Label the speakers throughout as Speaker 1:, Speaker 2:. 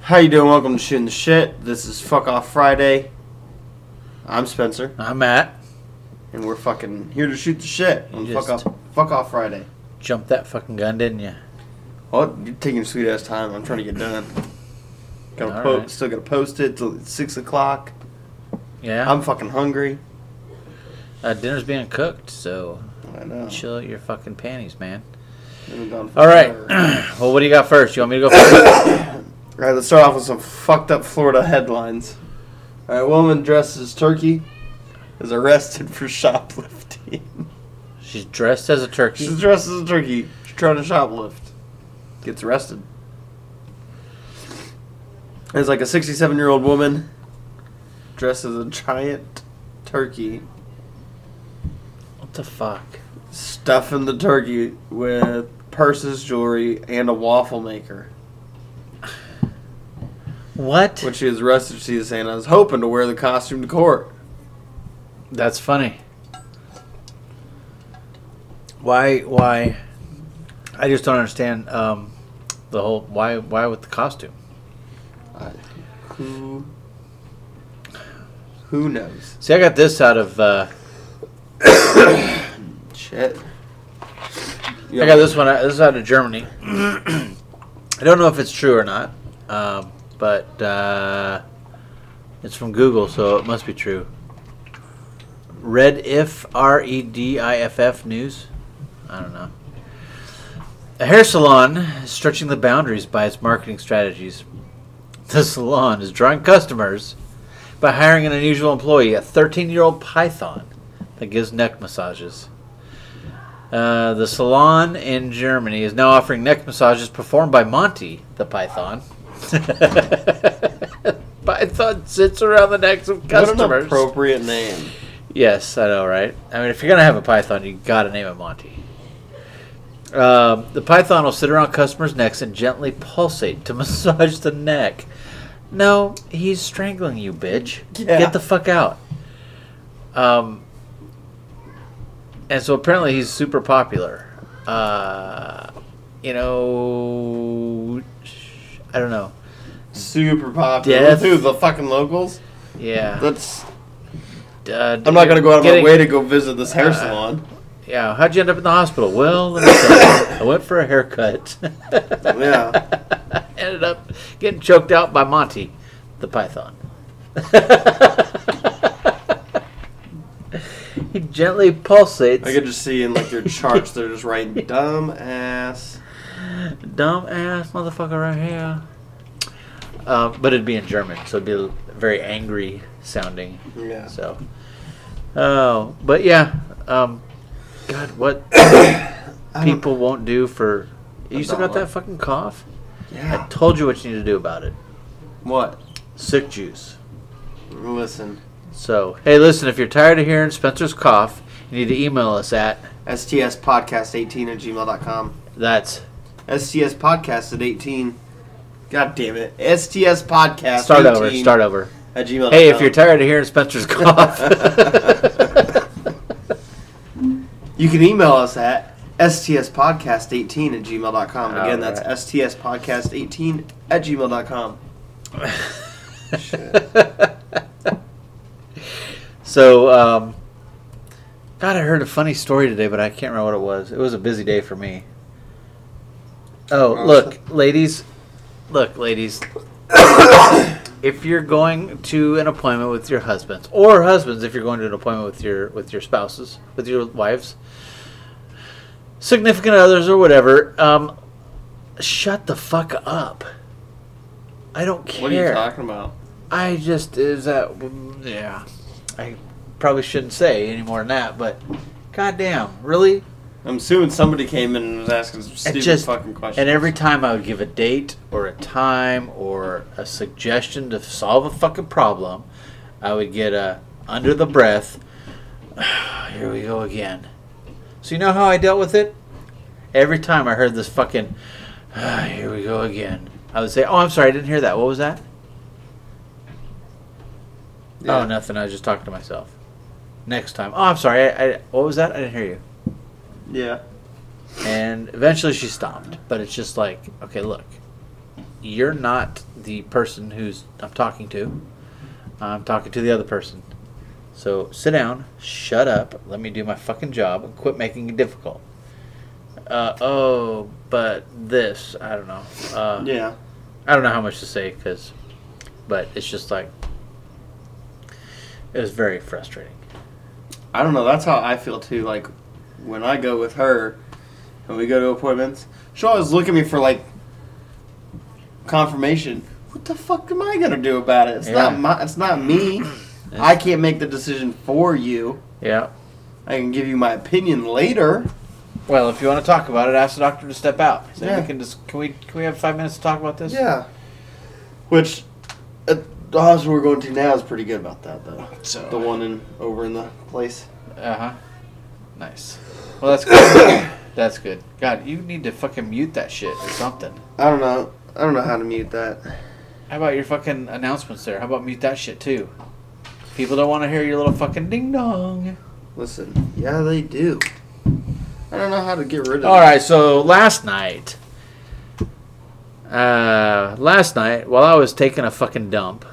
Speaker 1: How you doing? Welcome to Shooting the Shit. This is Fuck Off Friday. I'm Spencer,
Speaker 2: I'm Matt.
Speaker 1: and we're fucking here to shoot the shit on
Speaker 2: You
Speaker 1: Fuck
Speaker 2: just-
Speaker 1: Off Fuck Off Friday.
Speaker 2: Jumped that fucking gun, didn't you?
Speaker 1: Well, you're taking your sweet ass time. I'm trying to get done. Gotta
Speaker 2: All
Speaker 1: po-
Speaker 2: right.
Speaker 1: still gotta post it till it's six o'clock.
Speaker 2: Yeah.
Speaker 1: I'm fucking hungry.
Speaker 2: uh, dinner's being cooked, so
Speaker 1: I know.
Speaker 2: chill out your fucking panties, man.
Speaker 1: Been gone for
Speaker 2: All right.
Speaker 1: forever.
Speaker 2: well, what do you got first? You want me to go first?
Speaker 1: All right, let's start off with some fucked up Florida headlines. All right, woman dressed as turkey is arrested for shoplifting.
Speaker 2: She's dressed as a turkey.
Speaker 1: She's dressed as a turkey. She's trying to shoplift. Gets arrested. There's like a 67 year old woman dressed as a giant turkey,
Speaker 2: What the fuck?
Speaker 1: stuffing the turkey with purses, jewelry, and a waffle maker.
Speaker 2: What?
Speaker 1: When she was arrested, she was saying, I was hoping to wear the costume to court.
Speaker 2: That's funny. Why? Why? I just don't understand um, the whole why. Why with the costume?
Speaker 1: Who Who knows?
Speaker 2: See, I got this out of. Uh,
Speaker 1: Shit.
Speaker 2: I got this one. out- This is out of Germany. I don't know if it's true or not, um, but uh, it's from Google, so it must be true. Red if R E D I F F news. I don't know. A hair salon is stretching the boundaries by its marketing strategies. The salon is drawing customers by hiring an unusual employee, a 13-year-old python that gives neck massages. Uh, the salon in Germany is now offering neck massages performed by Monty the Python. Python sits around the necks of
Speaker 1: What an
Speaker 2: customers.
Speaker 1: appropriate name.
Speaker 2: Yes, I know, right? I mean, if you're gonna have a python, you gotta name it Monty. Um, the python will sit around customers' necks and gently pulsate to massage the neck. No, he's strangling you, bitch.
Speaker 1: Yeah.
Speaker 2: Get the fuck out. Um, and so apparently he's super popular. Uh, you know, I don't know.
Speaker 1: Super popular.
Speaker 2: Death.
Speaker 1: Who, the fucking locals?
Speaker 2: Yeah,
Speaker 1: That's.
Speaker 2: uh,
Speaker 1: I'm not gonna go out of
Speaker 2: getting-
Speaker 1: my way to go visit this hair
Speaker 2: Uh,
Speaker 1: salon.
Speaker 2: Yeah, how'd you end up in the hospital? Well, let me tell you, I went for a haircut.
Speaker 1: Yeah.
Speaker 2: Ended up getting choked out by Monty, the python. he gently pulsates.
Speaker 1: I could just see in like their charts, they're just writing dumb ass.
Speaker 2: Dumb ass motherfucker right here. Uh, but it'd be in German, so it'd be very angry sounding.
Speaker 1: Yeah.
Speaker 2: So, oh, but yeah, um, God, what people won't do for. You still got
Speaker 1: dollar.
Speaker 2: that fucking cough? I
Speaker 1: Yeah.
Speaker 2: told you what you need to do about it.
Speaker 1: What?
Speaker 2: Sick juice.
Speaker 1: Listen.
Speaker 2: So, hey, listen, if you're tired of hearing Spencer's cough, you need to email us at
Speaker 1: STSpodcast18 at gmail.com.
Speaker 2: that's
Speaker 1: STS Podcast at 18. God damn it. STS Podcast.
Speaker 2: start over,
Speaker 1: 18
Speaker 2: start over.
Speaker 1: At gmail.com.
Speaker 2: Hey, if you're tired of hearing Spencer's cough,
Speaker 1: You can email us at stspodcast18 at gmail.com. Again, that's
Speaker 2: Alright.
Speaker 1: stspodcast18 at gmail.com.
Speaker 2: so um, God, I heard a funny story today, but I can't remember what it was. It was a busy day for me. Oh,
Speaker 1: Oh,
Speaker 2: look, ladies, look, ladies. if you're going to an appointment with your husbands, or husbands, if you're going to an appointment with your with your spouses, with your wives, significant others, or whatever, um, shut the fuck up. I don't care.
Speaker 1: What are you talking about?
Speaker 2: I just is that yeah. I probably shouldn't say any more than that, but goddamn, really?
Speaker 1: I'm assuming somebody came in and was asking some
Speaker 2: It
Speaker 1: stupid
Speaker 2: just
Speaker 1: fucking questions.
Speaker 2: and every time I would give a date or a time or a suggestion to solve a fucking problem, I would get a under the breath. Here we go again. So you know how I dealt with it? Every time I heard this fucking here we go again, I would say, "Oh, I'm sorry, I didn't hear that. What was that?"
Speaker 1: Yeah.
Speaker 2: Oh, nothing. I was just talking to myself. Next time. Oh, I'm sorry. I, I, what was that? I didn't hear you.
Speaker 1: Yeah.
Speaker 2: And eventually she stopped. But it's just like, okay, look, you're not the person who's I'm talking to. I'm talking to the other person. So sit down, shut up, let me do my fucking job, and quit making it difficult. Uh, oh, but this, I don't know. Uh,
Speaker 1: Yeah.
Speaker 2: I don't know how much to say because, but it's just like it was very frustrating.
Speaker 1: I don't know. That's how I feel too. Like when I go with her and we go to appointments, she'll always look at me for like confirmation. What the fuck am I gonna do about it? It's
Speaker 2: Yeah.
Speaker 1: not my. It's not me. I can't make the decision for you.
Speaker 2: Yeah.
Speaker 1: I can give you my opinion later.
Speaker 2: Well, if you want to talk about it, ask the doctor to step out. So
Speaker 1: Yeah.
Speaker 2: we can just can we can we have five minutes to talk about this?
Speaker 1: Yeah. Which uh, the hospital we're going to now is pretty good about that though.
Speaker 2: So-
Speaker 1: the one in over in the place.
Speaker 2: Uh huh. Nice. Well, that's good. that's good. God, you need to fucking mute that shit or something.
Speaker 1: I don't know. I don't know how to mute that.
Speaker 2: How about your fucking announcements there? How about mute that shit too? People don't want to hear your little fucking ding dong.
Speaker 1: Listen, yeah, they do. I don't know how to get rid of.
Speaker 2: All right, so last night, uh, last night while I was taking a fucking dump,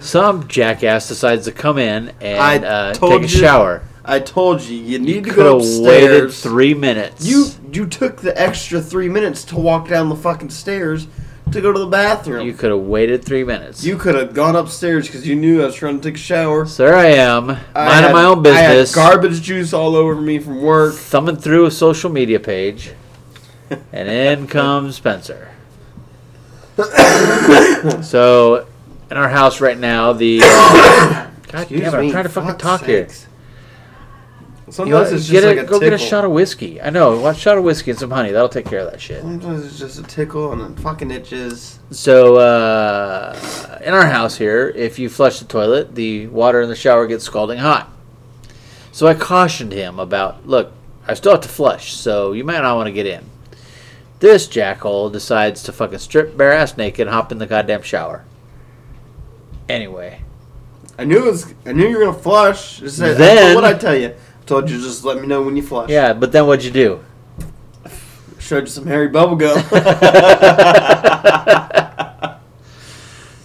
Speaker 2: some jackass decides to come in
Speaker 1: I
Speaker 2: and uh,
Speaker 1: told
Speaker 2: take a
Speaker 1: you-
Speaker 2: shower.
Speaker 1: I told you, you need to
Speaker 2: Could
Speaker 1: go
Speaker 2: have waited
Speaker 1: upstairs.
Speaker 2: three minutes.
Speaker 1: you you took the extra three minutes to walk down the fucking stairs to go to the bathroom.
Speaker 2: you
Speaker 1: You,
Speaker 2: could have waited three minutes.
Speaker 1: could have gone upstairs because you knew I was trying to take a shower.
Speaker 2: so there I am, minding
Speaker 1: I had-
Speaker 2: my own
Speaker 1: I had
Speaker 2: business,
Speaker 1: garbage juice all over me from work.
Speaker 2: thumbing through a social media page, and in comes Spencer. so, in our house right now, the God damn it! I'm trying to fucking talk here.
Speaker 1: here.
Speaker 2: You
Speaker 1: Sometimes
Speaker 2: want,
Speaker 1: it's
Speaker 2: get
Speaker 1: just like
Speaker 2: a,
Speaker 1: a tickle.
Speaker 2: go get a shot of whiskey. I know, one shot of whiskey and some honey. That'll take care of that shit.
Speaker 1: Sometimes it's just a tickle and it fucking itches.
Speaker 2: So, uh, in our house here, if you flush the toilet, the water in the shower gets scalding hot. So I cautioned him about, look, I still have to flush, so you might not want to get in. This jackhole decides to fucking strip bare ass naked and hop in the goddamn shower. Anyway,
Speaker 1: I knew it was. I knew you were gonna flush. Just said,
Speaker 2: Then-
Speaker 1: what I tell you? I told you just let me know when you flush.
Speaker 2: yeah, but then what'd you do?
Speaker 1: Showed you some hairy bubble gum.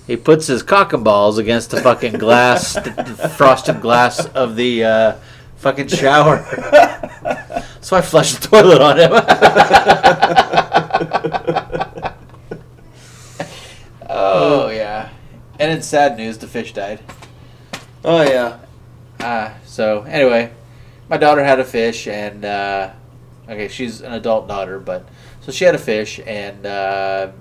Speaker 2: He puts his cock and balls against the fucking glass, the frosted glass of the uh, fucking shower. so I flushed the toilet on him. oh yeah, and in sad news, the fish died.
Speaker 1: oh yeah.
Speaker 2: Uh, so anyway, my daughter had a fish, and uh, okay, she's an adult daughter, but so she had a fish, and uh,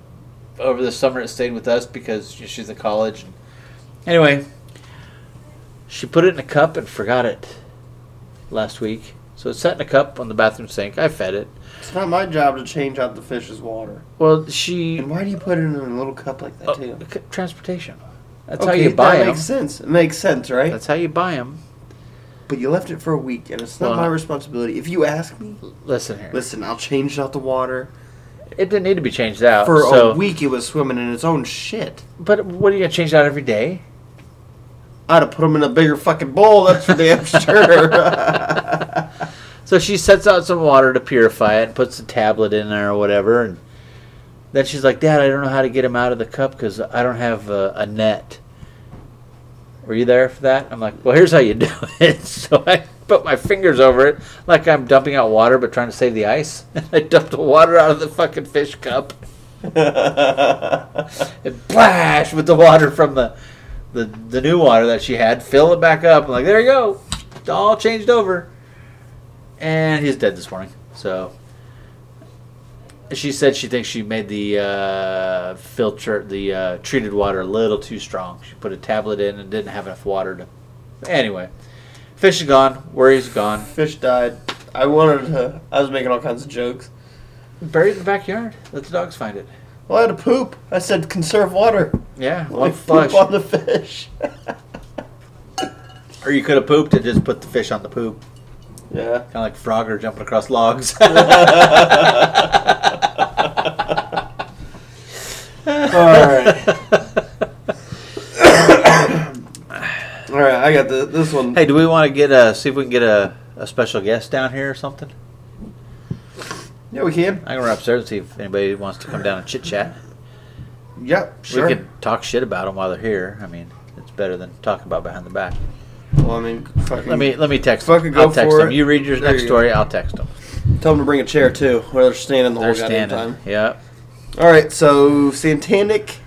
Speaker 2: over the summer it stayed with us because she's in college. And anyway, she put it in a cup and forgot it last week, so it sat in a cup on the bathroom sink. I fed it.
Speaker 1: It's not my job to change out the fish's water.
Speaker 2: Well, she
Speaker 1: And why do you put it in a little cup like that
Speaker 2: oh,
Speaker 1: too?
Speaker 2: c- transportation. That's how you buy
Speaker 1: that
Speaker 2: them.
Speaker 1: makes sense. It makes sense, right?
Speaker 2: That's how you buy them.
Speaker 1: but you left it for a week, and it's not
Speaker 2: Well,
Speaker 1: my responsibility. If you ask me,
Speaker 2: Listen here.
Speaker 1: listen, I'll change out the water.
Speaker 2: It didn't need to be changed out.
Speaker 1: For
Speaker 2: so,
Speaker 1: a week, it was swimming in its own shit.
Speaker 2: But what are you gonna change out every day?
Speaker 1: I'd have put them in a bigger fucking bowl. That's for damn sure.
Speaker 2: So she sets out some water to purify it and puts the tablet in there or whatever. And then she's like, Dad, I don't know how to get him out of the cup because I don't have a, a net. Were you there for that? I'm like, Well, here's how you do it. So I put my fingers over it like I'm dumping out water but trying to save the ice. And I dumped the water out of the fucking fish cup and splash with the water from the, the, the new water that she had. Fill it back up. I'm like, There you go. It's all changed over and he's dead this morning. So she said she thinks she made the uh, filter, the uh, treated water, a little too strong. She put a tablet in and didn't have enough water to. Anyway, fish is gone. Worries gone.
Speaker 1: Fish died. I wanted to. I was making all kinds of jokes.
Speaker 2: Buried in the backyard. Let the dogs find it.
Speaker 1: Well, I had to poop. I said conserve water.
Speaker 2: Yeah,
Speaker 1: Well, I
Speaker 2: one
Speaker 1: poop
Speaker 2: flush.
Speaker 1: on the fish.
Speaker 2: Or you could have pooped and just put the fish on the poop,
Speaker 1: yeah.
Speaker 2: kind of like Frogger jumping across logs.
Speaker 1: All right. All right. I got the, this one.
Speaker 2: hey, do we want to get a see if we can get a, a special guest down here or something?
Speaker 1: Yeah, we can.
Speaker 2: I can run upstairs and see if anybody wants to come down and chit chat.
Speaker 1: Yep, sure.
Speaker 2: We can talk shit about them while they're here. I mean, it's better than talking about behind the back.
Speaker 1: Well, I mean, fucking,
Speaker 2: Let me let me text.
Speaker 1: Fucking
Speaker 2: I'll
Speaker 1: go
Speaker 2: text
Speaker 1: for
Speaker 2: them.
Speaker 1: it.
Speaker 2: You read your
Speaker 1: There
Speaker 2: next
Speaker 1: you go.
Speaker 2: story. I'll text them.
Speaker 1: tell them to bring a chair too, where they're standing the
Speaker 2: They're
Speaker 1: whole goddamn
Speaker 2: standing.
Speaker 1: time.
Speaker 2: Yep.
Speaker 1: All right, so satanic,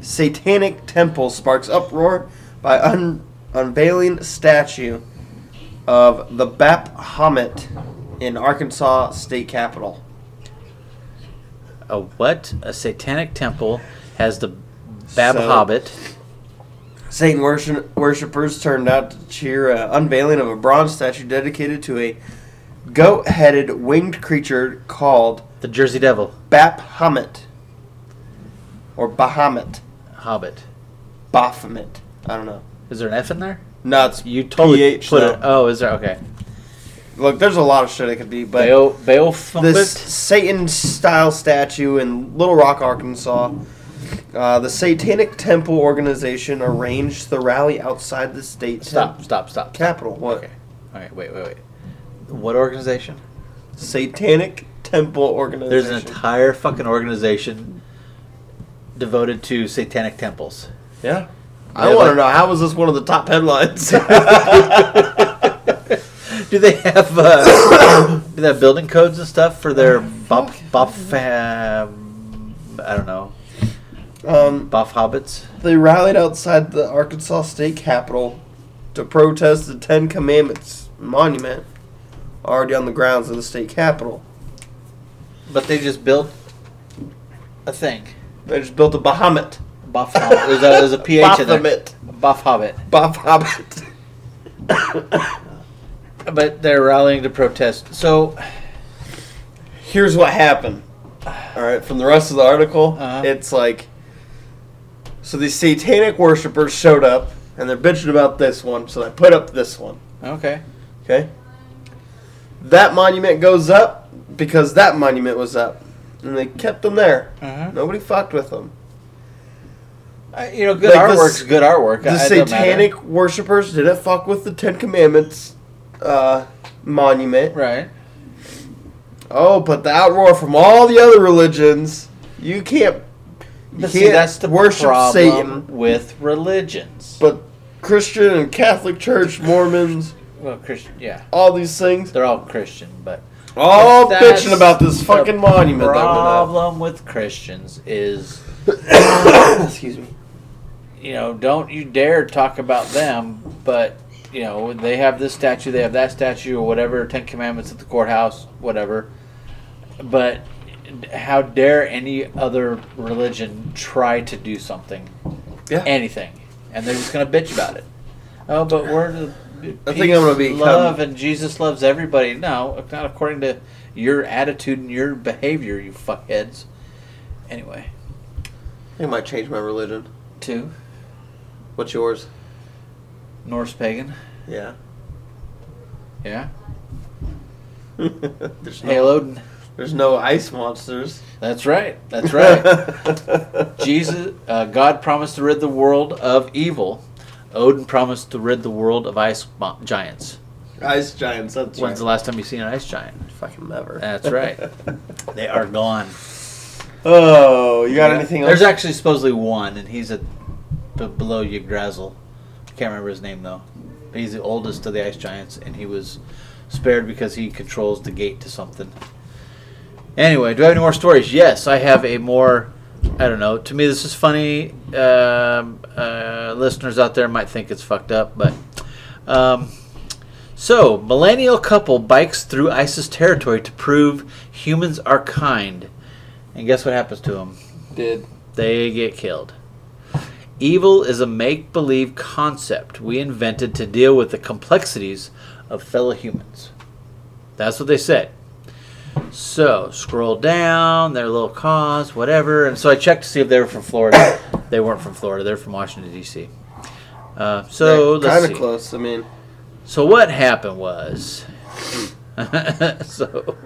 Speaker 1: satanic temple sparks uproar by un, unveiling statue of the Bap Hamet in Arkansas state capitol.
Speaker 2: A what? A satanic temple has the Bab
Speaker 1: So-
Speaker 2: Hobbit.
Speaker 1: Satan worship, worshippers turned out to cheer a unveiling of a bronze statue dedicated to a goat-headed winged creature called
Speaker 2: The Jersey Devil
Speaker 1: Bap Hamet or Bahamut,
Speaker 2: Hobbit.
Speaker 1: Baphomet. I don't know.
Speaker 2: Is there an F in there?
Speaker 1: No, it's
Speaker 2: You totally
Speaker 1: PH,
Speaker 2: put
Speaker 1: though.
Speaker 2: it. Oh, is there? Okay.
Speaker 1: Look, there's a lot of shit it could be, but
Speaker 2: Baal, Baal
Speaker 1: this Satan style statue in Little Rock, Arkansas. Uh, the Satanic Temple organization arranged the rally outside the state
Speaker 2: Stop! Stop! Stop!
Speaker 1: capital. What?
Speaker 2: Okay. All right. Wait. Wait. Wait. What organization?
Speaker 1: Satanic Temple organization.
Speaker 2: There's an entire fucking organization devoted to satanic temples.
Speaker 1: yeah. I
Speaker 2: Yeah,
Speaker 1: want to
Speaker 2: like-
Speaker 1: know how was this one of the top headlines?
Speaker 2: Do they have uh, do they have building codes and stuff for their bop bop fam? I don't know
Speaker 1: um,
Speaker 2: buff hobbits.
Speaker 1: they rallied outside the Arkansas state capitol to protest the Ten Commandments monument already on the grounds of the state capitol.
Speaker 2: But they just built a thing.
Speaker 1: They just built a Bahamut.
Speaker 2: Buff hobbit. There's a, there's a ph in there.
Speaker 1: Baphomet.
Speaker 2: Buff hobbit.
Speaker 1: Bob Hobbit.
Speaker 2: But they're rallying to protest. So
Speaker 1: Here's what happened. All right, from the rest of the article,
Speaker 2: Uh-huh.
Speaker 1: it's like so these satanic worshippers showed up and they're bitching about this one, so they put up this one.
Speaker 2: okay.
Speaker 1: Okay, that monument goes up because that monument was up, and they kept them there.
Speaker 2: Uh-huh.
Speaker 1: Nobody fucked with them.
Speaker 2: Uh, you know, good
Speaker 1: Like the
Speaker 2: artwork's
Speaker 1: s-
Speaker 2: good artwork.
Speaker 1: The
Speaker 2: I- it don't matter.
Speaker 1: satanic worshippers didn't fuck with the Ten Commandments uh, monument.
Speaker 2: Right.
Speaker 1: Oh, but the outroar from all the other religions, you can't. You
Speaker 2: But
Speaker 1: can't
Speaker 2: see, that's the
Speaker 1: worship
Speaker 2: problem
Speaker 1: Satan.
Speaker 2: with religions.
Speaker 1: But Christian and Catholic Church, Mormons,
Speaker 2: well, Christian, yeah,
Speaker 1: all these things,
Speaker 2: they're all Christian, but
Speaker 1: all
Speaker 2: But that's
Speaker 1: bitching about this
Speaker 2: the
Speaker 1: fucking monument. Problem.
Speaker 2: Problem with Christians is
Speaker 1: Excuse me.
Speaker 2: you know, don't you dare talk about them, but you know, they have this statue, they have that statue or whatever, Ten Commandments at the courthouse, whatever. But how dare any other religion try to do something,
Speaker 1: Yeah.
Speaker 2: anything, and they're just gonna bitch about it. Oh, but we're the
Speaker 1: I think I'm gonna
Speaker 2: peace,
Speaker 1: become-
Speaker 2: love and Jesus loves everybody. No, not according to your attitude and your behavior, you fuckheads. Anyway,
Speaker 1: I might change my religion.
Speaker 2: two
Speaker 1: What's yours?
Speaker 2: Norse pagan,
Speaker 1: Yeah.
Speaker 2: yeah.
Speaker 1: there's no.
Speaker 2: Hail Odin.
Speaker 1: There's no ice monsters.
Speaker 2: That's right. That's right. Jesus, uh, God promised to rid the world of evil. Odin promised to rid the world of ice mo- giants.
Speaker 1: ice giants. That's
Speaker 2: When's the
Speaker 1: right.
Speaker 2: last time you seen an ice giant?
Speaker 1: Fucking never.
Speaker 2: That's right. They are gone.
Speaker 1: oh, you got anything else?
Speaker 2: There's actually supposedly one, and he's a b- below Yggdrasil. I can't remember his name though. But he's the oldest of the ice giants, and he was spared because he controls the gate to something. Anyway, do I have any more stories? Yes, I have a more. I don't know. To me, this is funny. Um, uh, listeners out there might think it's fucked up, but. Um, so, millennial couple bikes through ISIS territory to prove humans are kind. And guess what happens to them?
Speaker 1: did.
Speaker 2: they get killed. Evil is a make believe concept we invented to deal with the complexities of fellow humans. That's what they said. So, scroll down, their little cause, whatever. And so I checked to see if they were from Florida. they weren't from Florida, they're from Washington, D.C. Uh, so, let's
Speaker 1: kind
Speaker 2: see.
Speaker 1: of close. I mean,
Speaker 2: So what happened was, so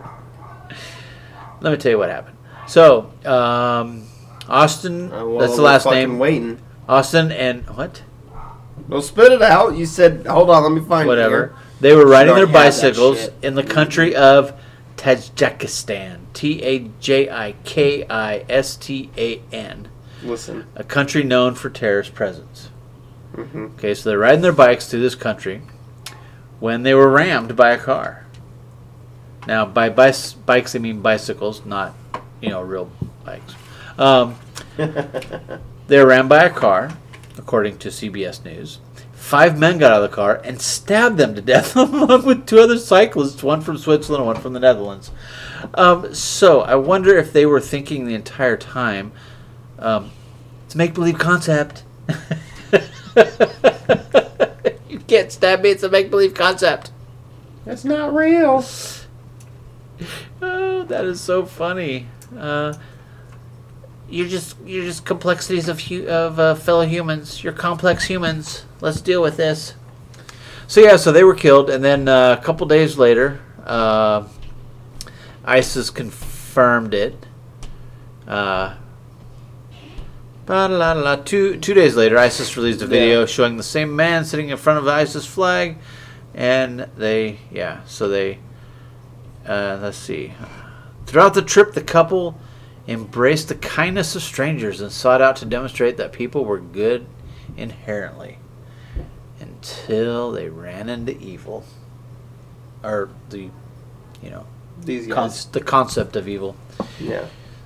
Speaker 2: let me tell you what happened. So um, Austin,
Speaker 1: uh, well,
Speaker 2: that's the
Speaker 1: we're
Speaker 2: last
Speaker 1: fucking
Speaker 2: name.
Speaker 1: Waiting.
Speaker 2: Austin and what,
Speaker 1: Well, spit it out. You said, hold on, let me find it
Speaker 2: whatever.
Speaker 1: here.
Speaker 2: They were riding
Speaker 1: already
Speaker 2: their
Speaker 1: had that
Speaker 2: bicycles
Speaker 1: shit.
Speaker 2: in the country of Tajikistan. T A J I K I S T A N.
Speaker 1: Listen.
Speaker 2: A country known for terrorist presence.
Speaker 1: hmm
Speaker 2: Okay, so they're riding their bikes through this country when they were rammed by a car. Now, by bis- bikes, I mean bicycles, not, you know, real bikes. Um, they were rammed by a car, according to CBS News. Five men got out of the car and stabbed them to death, along with two other cyclists, one from Switzerland and one from the Netherlands. Um, so, I wonder if they were thinking the entire time um, it's a make believe concept. you can't stab me, it's a make believe concept.
Speaker 1: That's not real.
Speaker 2: Oh, that is so funny. Uh, you're just you're just complexities of hu- of uh, fellow humans. You're complex humans. Let's deal with this. So yeah, so they were killed, and then uh, a couple days later, uh, ISIS confirmed it. Uh, ba-la-la-la. Two two days later, ISIS released a video
Speaker 1: Yeah.
Speaker 2: showing the same man sitting in front of the ISIS flag, and they yeah, so they uh, let's see. Throughout the trip, the couple embraced the kindness of strangers and sought out to demonstrate that people were good inherently until they ran into evil. Or the, you know,
Speaker 1: These guys.
Speaker 2: con- the concept of evil.
Speaker 1: yeah.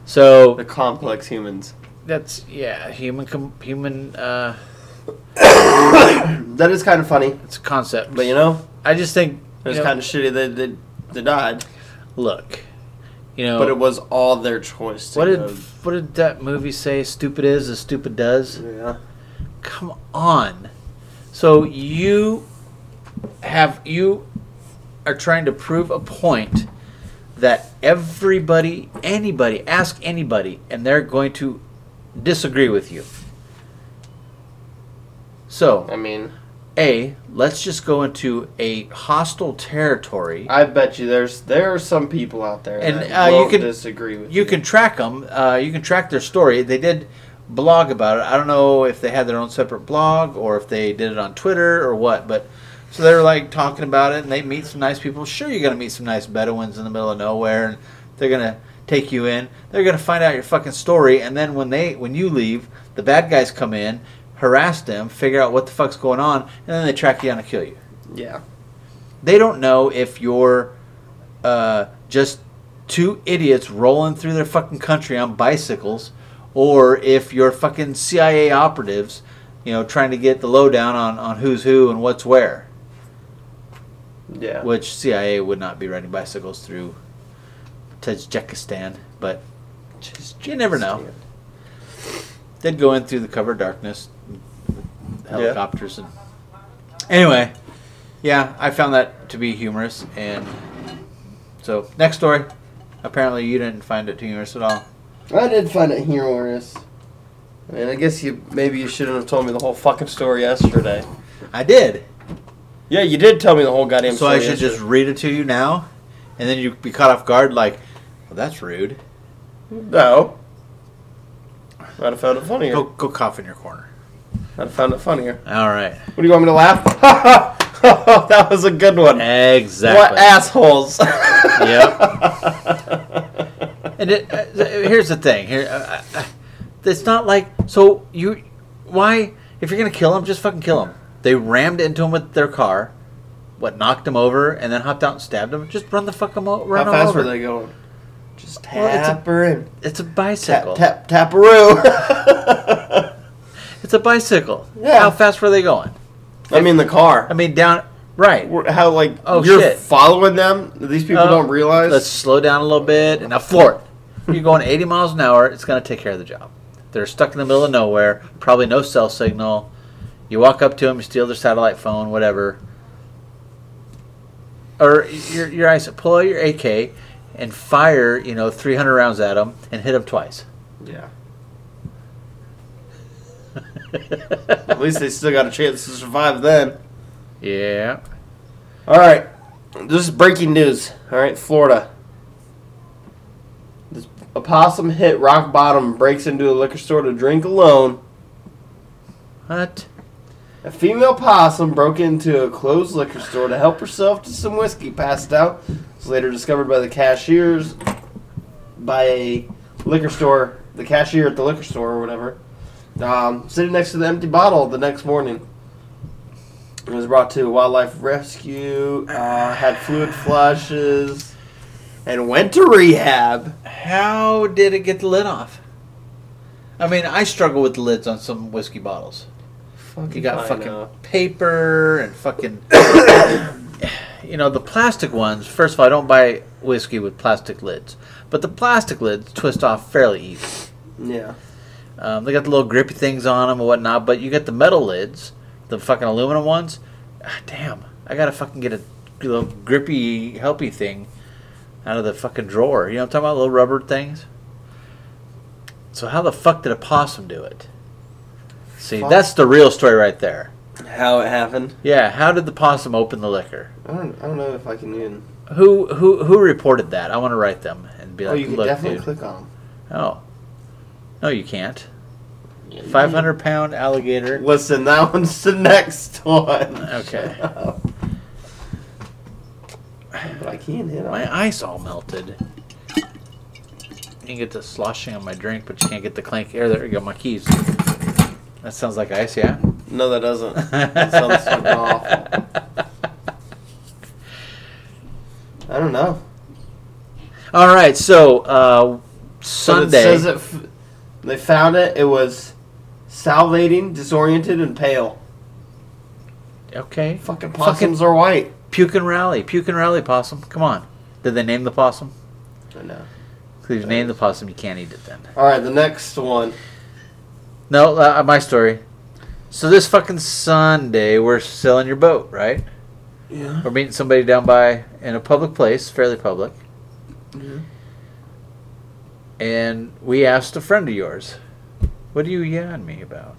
Speaker 1: The
Speaker 2: So
Speaker 1: complex humans.
Speaker 2: that's, yeah, human, com- human, uh,
Speaker 1: That is kind of funny,
Speaker 2: it's a concept.
Speaker 1: but you know,
Speaker 2: I just think,
Speaker 1: it was
Speaker 2: you know,
Speaker 1: kind of shitty that they, they died.
Speaker 2: look, you know,
Speaker 1: But it was all their choice. To
Speaker 2: what did,
Speaker 1: go-
Speaker 2: what did that movie say? Stupid is as stupid does.
Speaker 1: Yeah.
Speaker 2: come on so you have you are trying to prove a point that everybody anybody ask anybody and they're going to disagree with you
Speaker 1: I
Speaker 2: so
Speaker 1: mean,
Speaker 2: a let's just go into a hostile territory
Speaker 1: I bet you there's there are some people out there
Speaker 2: And,
Speaker 1: that
Speaker 2: uh, you
Speaker 1: will
Speaker 2: can-
Speaker 1: disagree with
Speaker 2: you can track them. Uh, you can track their story. They did blog about it. I don't know if they had their own separate blog or if they did it on Twitter or what, but so they were like talking about it and they meet some nice people. Sure, you're gonna meet some nice Bedouins in the middle of nowhere and they're gonna take you in. They're gonna find out your fucking story and then when they when you leave, the bad guys come in, harass them, figure out what the fuck's going on, and then they track you down and kill you
Speaker 1: Yeah.
Speaker 2: they don't know if you're uh, just two idiots rolling through their fucking country on bicycles or if you're fucking CIA operatives, you know, trying to get the lowdown on, on who's who and what's where.
Speaker 1: Yeah.
Speaker 2: Which CIA would not be riding bicycles through Tajikistan, but
Speaker 1: Just-
Speaker 2: you never know. they'd go in through the cover of darkness, helicopters, and anyway, yeah, I found that to be humorous, and so next story. Apparently, you didn't find it humorous at all.
Speaker 1: I did find it humorous. And I guess you maybe you shouldn't have told me the whole fucking story yesterday.
Speaker 2: I did,
Speaker 1: Yeah, you did tell me the whole goddamn
Speaker 2: so
Speaker 1: story.
Speaker 2: I should
Speaker 1: yesterday.
Speaker 2: just read it to you now, and then you'd be caught off guard, like, well, that's rude.
Speaker 1: No. I'd have found it funnier.
Speaker 2: Go, go cough in your corner.
Speaker 1: I'd have found it funnier.
Speaker 2: All right,
Speaker 1: What do you want me to laugh? that was a good one.
Speaker 2: Eh,
Speaker 1: What
Speaker 2: exactly.
Speaker 1: assholes?
Speaker 2: yep. and it, uh, here's the thing. Here, uh, uh, it's not like so you. Why, if you're gonna kill him, just fucking kill him. They rammed into him with their car. What knocked him over and then hopped out and stabbed him? Just run the fuck him o-
Speaker 1: How
Speaker 2: run him
Speaker 1: fast
Speaker 2: over.
Speaker 1: were they going? Just tap
Speaker 2: Well, it's a-
Speaker 1: her in.
Speaker 2: It's a
Speaker 1: Tap
Speaker 2: bicycle.
Speaker 1: tap taparoo.
Speaker 2: It's a bicycle.
Speaker 1: Yeah.
Speaker 2: How fast were they going?
Speaker 1: I mean the
Speaker 2: I
Speaker 1: car.
Speaker 2: mean, down right.
Speaker 1: We're- How like
Speaker 2: Oh,
Speaker 1: you're
Speaker 2: shit.
Speaker 1: following them? These people
Speaker 2: Uh,
Speaker 1: don't realize.
Speaker 2: Let's slow down a little bit and now floor it. You're going 80 miles an hour. It's going to take care of the job. They're stuck in the middle of nowhere. Probably no cell signal. You walk up to them, you steal their satellite phone, whatever. Or your your ice, pull out your AK and fire, you know, 300 rounds at them and hit them twice.
Speaker 1: Yeah. At least they still got a chance to survive then.
Speaker 2: Yeah.
Speaker 1: All right. This is breaking news. All right, Florida. This opossum hit rock bottom, breaks into a liquor store to drink alone.
Speaker 2: What?
Speaker 1: A female possum broke into a closed liquor store to help herself to some whiskey passed out. It was later discovered by the cashiers by a liquor store, the cashier at the liquor store or whatever, um, sitting next to the empty bottle the next morning. It was brought to wildlife rescue, uh, had fluid flushes, and went to rehab.
Speaker 2: How did it get the lid off? I mean, I struggle with the lids on some whiskey bottles. You got
Speaker 1: I
Speaker 2: fucking
Speaker 1: know.
Speaker 2: paper and fucking. you know, the plastic ones, first of all, I don't buy whiskey with plastic lids. But the plastic lids twist off fairly easy.
Speaker 1: Yeah.
Speaker 2: Um, they got the little grippy things on them and whatnot, but you get the metal lids, the fucking aluminum ones. Ah, damn, I gotta fucking get a little grippy, helpy thing out of the fucking drawer. You know what I'm talking about? Little rubber things. So how the fuck did a possum do it? See,
Speaker 1: Fuck.
Speaker 2: that's the real story right there.
Speaker 1: How it happened?
Speaker 2: Yeah, how did the possum open the liquor?
Speaker 1: I don't, I don't know if I can even.
Speaker 2: Who who who reported that? I want to write them and be
Speaker 1: Oh,
Speaker 2: like,
Speaker 1: you can
Speaker 2: look,
Speaker 1: definitely
Speaker 2: dude.
Speaker 1: click on
Speaker 2: Oh, no, you can't.
Speaker 1: them.
Speaker 2: Five hundred pound alligator.
Speaker 1: Listen, that one's the next one.
Speaker 2: Okay.
Speaker 1: Shut up. But I can't hit on it.
Speaker 2: My ice all melted. You can get the sloshing on my drink, but you can't get the clank air. There you go, my keys. That sounds like ice, yeah?
Speaker 1: No, that doesn't. That sounds fucking awful. I don't know.
Speaker 2: All right, so uh,
Speaker 1: But
Speaker 2: Sunday.
Speaker 1: It says it f- they found it. It was salivating, disoriented, and pale.
Speaker 2: okay.
Speaker 1: Fucking
Speaker 2: Fucking-
Speaker 1: possums are white.
Speaker 2: Puke and Rally. Puke and Rally possum. Come on. Did they name the possum?
Speaker 1: I know.
Speaker 2: Because if you name the possum, you can't eat it then.
Speaker 1: All right, the next one.
Speaker 2: No, uh, my story. So this fucking Sunday, we're selling your boat, right?
Speaker 1: Yeah.
Speaker 2: We're meeting somebody down by in a public place, fairly public. and we asked a friend of yours, "What do you yawn me about?"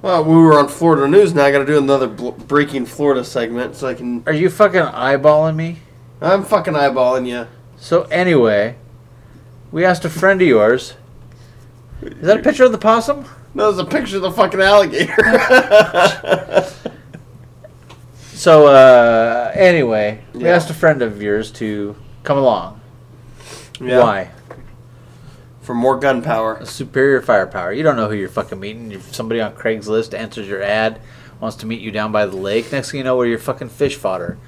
Speaker 1: Well, we were on Florida news. Now I got to do another bl- breaking Florida segment, so I can.
Speaker 2: Are you fucking eyeballing me?
Speaker 1: I'm fucking eyeballing you.
Speaker 2: So anyway, we asked a friend of yours. Is that a picture of the possum?
Speaker 1: No, there's a picture of the fucking alligator.
Speaker 2: So uh, anyway, we
Speaker 1: Yeah.
Speaker 2: asked a friend of yours to come along.
Speaker 1: Yeah.
Speaker 2: Why?
Speaker 1: For more gunpowder.
Speaker 2: A superior firepower. You don't know who you're fucking meeting. If somebody on Craigslist answers your ad, wants to meet you down by the lake. Next thing you know, where you're fucking fish fodder.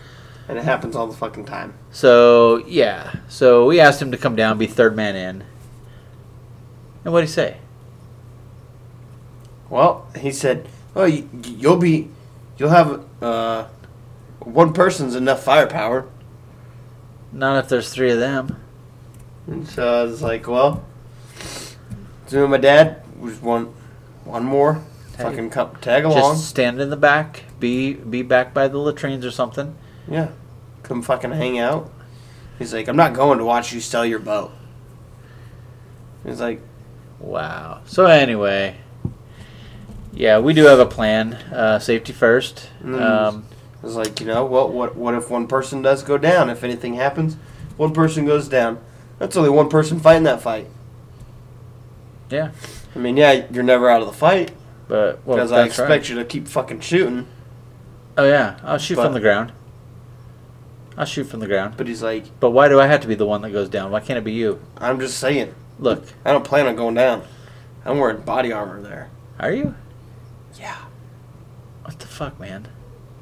Speaker 1: And it happens all the fucking time.
Speaker 2: So yeah, so we asked him to come down, be third man in. And what would he say?
Speaker 1: Well, he said, "Oh, you, you'll be, you'll have uh, one person's enough firepower."
Speaker 2: Not if there's three of them.
Speaker 1: And so I was like, "Well, so me and my dad was one, one more fucking cup tag along,
Speaker 2: Just stand in the back, be be back by the latrines or something.
Speaker 1: yeah, come fucking hang out." He's like, "I'm not going to watch you sell your boat." He's like,
Speaker 2: Wow. So anyway, yeah, we do have a plan. Uh, safety first.
Speaker 1: Mm.
Speaker 2: Um,
Speaker 1: I was like, you know, what, what, what if one person does go down? If anything happens, one person goes down. That's only one person fighting that fight.
Speaker 2: yeah,
Speaker 1: I mean, yeah, you're never out of the fight
Speaker 2: but well,
Speaker 1: because
Speaker 2: that's
Speaker 1: I expect
Speaker 2: right.
Speaker 1: you to keep fucking shooting.
Speaker 2: Oh yeah, I'll shoot
Speaker 1: But-
Speaker 2: from the ground. I'll shoot from the ground.
Speaker 1: But he's like,
Speaker 2: But why do I have to be the one that goes down? Why can't it be you?
Speaker 1: I'm just saying,
Speaker 2: Look,
Speaker 1: I don't plan on going down. I'm wearing body armor there.
Speaker 2: are you?
Speaker 1: Yeah.
Speaker 2: What the fuck, man?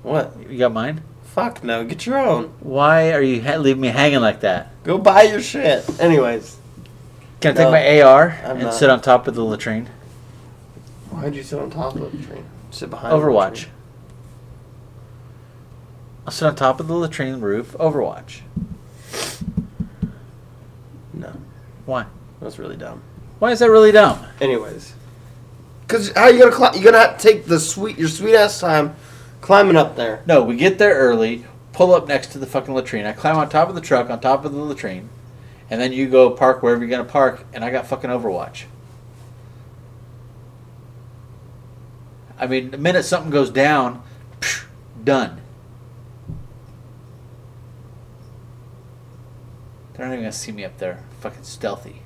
Speaker 1: What?
Speaker 2: You got mine?
Speaker 1: Fuck no. Get your own.
Speaker 2: Why are you ha- leaving me hanging like that?
Speaker 1: Go buy your shit. Anyways,
Speaker 2: Can I
Speaker 1: No,
Speaker 2: take my AR
Speaker 1: I'm
Speaker 2: and
Speaker 1: not.
Speaker 2: sit on top of the latrine?
Speaker 1: why'd you sit on top of the train? Sit behind. the
Speaker 2: Overwatch.
Speaker 1: train.
Speaker 2: I'll sit on top of the latrine roof. Overwatch.
Speaker 1: No,
Speaker 2: Why?
Speaker 1: that's really dumb.
Speaker 2: Why is that really dumb?
Speaker 1: Anyways, because how you gonna climb? You gonna have to take the sweet your sweet ass time climbing up there.
Speaker 2: No, we get there early, pull up next to the fucking latrine. I climb on top of the truck, on top of the latrine, and then you go park wherever you're gonna park, and I got fucking Overwatch. I mean, the minute something goes down, psh, done. They're not even gonna see me up there, fucking stealthy,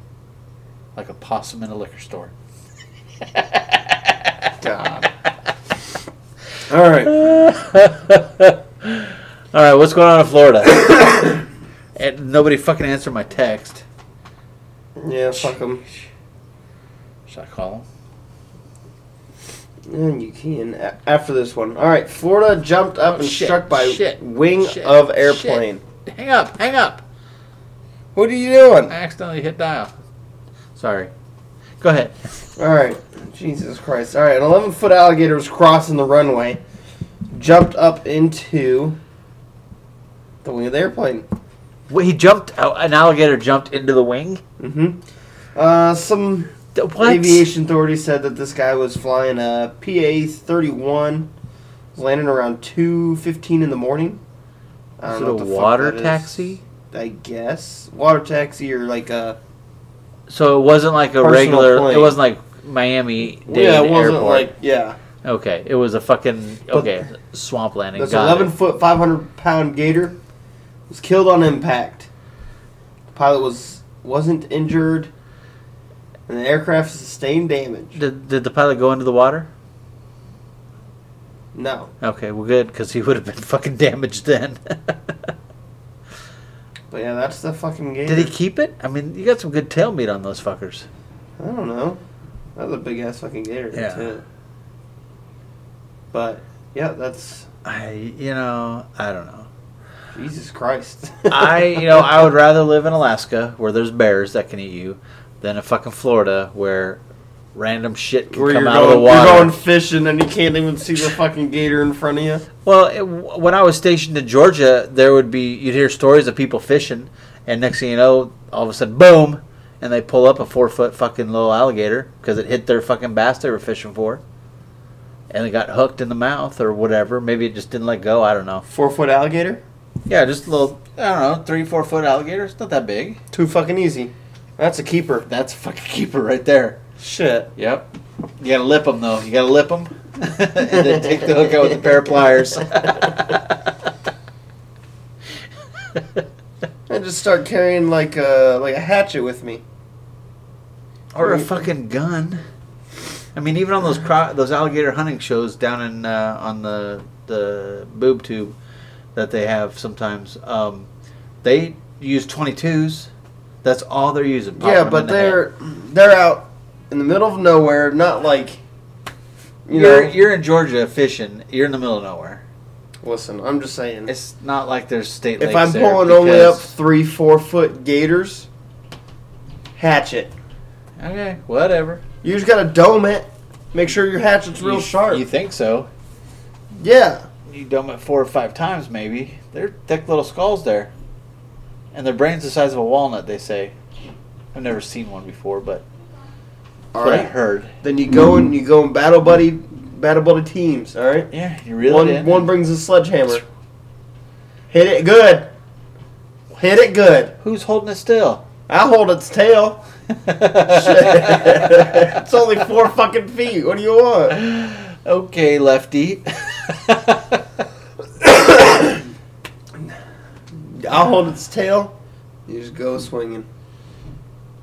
Speaker 2: like a possum in a liquor store.
Speaker 1: God. All right.
Speaker 2: All right, what's going on in Florida? and nobody fucking answered my text.
Speaker 1: Yeah, fuck them.
Speaker 2: Should I call him?
Speaker 1: And you can a- after this one. All right. Florida jumped up
Speaker 2: Oh,
Speaker 1: and
Speaker 2: shit,
Speaker 1: struck by
Speaker 2: shit,
Speaker 1: wing
Speaker 2: shit,
Speaker 1: of airplane.
Speaker 2: Hang up, hang up.
Speaker 1: What are you
Speaker 2: I
Speaker 1: doing?
Speaker 2: accidentally hit dial. Sorry. Go ahead.
Speaker 1: All right. Jesus Christ. All right. An 11 foot alligator was crossing the runway, jumped up into the wing of the airplane.
Speaker 2: Wait, he jumped. out- An alligator jumped into the wing.
Speaker 1: Mm-hmm. Uh, some
Speaker 2: D- What?
Speaker 1: aviation authorities said that this guy was flying a PA thirty one, landing around two fifteen in the morning. I
Speaker 2: Is
Speaker 1: don't
Speaker 2: it
Speaker 1: know
Speaker 2: a
Speaker 1: what the fuck
Speaker 2: water
Speaker 1: that is.
Speaker 2: taxi?
Speaker 1: I guess water taxi or like a
Speaker 2: So it wasn't like a
Speaker 1: Personal
Speaker 2: regular.
Speaker 1: plane.
Speaker 2: It wasn't like Miami Dade
Speaker 1: yeah, it wasn't
Speaker 2: Airport.
Speaker 1: like yeah.
Speaker 2: okay, it was a fucking
Speaker 1: But-
Speaker 2: okay swamp landing.
Speaker 1: This
Speaker 2: Got
Speaker 1: eleven
Speaker 2: it.
Speaker 1: foot five hundred pound gator was killed on impact. The pilot was wasn't injured, and the aircraft sustained damage.
Speaker 2: Did, did the pilot go into the water?
Speaker 1: No,
Speaker 2: Okay, well, good because he would have been fucking damaged then.
Speaker 1: but yeah, that's the fucking gator.
Speaker 2: Did he keep it? I mean, you got some good tail meat on those fuckers.
Speaker 1: I don't know. That was a big ass fucking gator.
Speaker 2: Yeah.
Speaker 1: too. But yeah, that's
Speaker 2: I, you know, I don't know.
Speaker 1: Jesus Christ.
Speaker 2: I, you know, I would rather live in Alaska where there's bears that can eat you than in fucking Florida where random shit can
Speaker 1: Where
Speaker 2: come
Speaker 1: you're
Speaker 2: out
Speaker 1: going,
Speaker 2: of the water.
Speaker 1: you're going fishing and you can't even see the fucking gator in front of you.
Speaker 2: Well, it, when I was stationed in Georgia, there would be you'd hear stories of people fishing, and next thing you know, all of a sudden, boom, and they pull up a four foot fucking little alligator because it hit their fucking bass they were fishing for, and they got hooked in the mouth or whatever. Maybe it just didn't let go. I don't know.
Speaker 1: Four foot alligator,
Speaker 2: Yeah, just a little. I don't know, three four foot alligator. It's not that big.
Speaker 1: too fucking easy. That's a keeper.
Speaker 2: That's a fucking keeper right there.
Speaker 1: Shit.
Speaker 2: Yep. You gotta lip them though. You gotta lip them, and then take the hook out with a pair of pliers.
Speaker 1: I just start carrying like a like a hatchet with me.
Speaker 2: or a fucking gun. I mean, even on those cro- those alligator hunting shows down in uh, on the the boob tube that they have sometimes, um, they use twenty twos. That's all they're using. popping
Speaker 1: yeah,
Speaker 2: them
Speaker 1: but
Speaker 2: in the head.
Speaker 1: they're they're out in the middle of nowhere, not like you
Speaker 2: you're
Speaker 1: know.
Speaker 2: you're in Georgia fishing. You're in the middle of nowhere.
Speaker 1: listen, I'm just saying.
Speaker 2: It's not like there's state.
Speaker 1: If
Speaker 2: lakes
Speaker 1: I'm
Speaker 2: there
Speaker 1: pulling only up
Speaker 2: because-
Speaker 1: three, four foot gators, hatchet.
Speaker 2: okay, whatever.
Speaker 1: You just gotta dome it. Make sure your hatchet's real
Speaker 2: You-
Speaker 1: sharp.
Speaker 2: You think so?
Speaker 1: yeah.
Speaker 2: you dome it four or five times maybe they're thick little skulls there and their brain's the size of a walnut they say i've never seen one before but
Speaker 1: All
Speaker 2: what i
Speaker 1: right.
Speaker 2: heard
Speaker 1: Then you go and you go and battle buddy, battle buddy teams. All right.
Speaker 2: yeah you really
Speaker 1: one
Speaker 2: did
Speaker 1: one brings a sledgehammer. Hit it good. Hit it good.
Speaker 2: who's holding it still
Speaker 1: I hold its tail. it's only four fucking feet. What do you want?
Speaker 2: okay lefty
Speaker 1: I'll hold its tail. You just go swinging.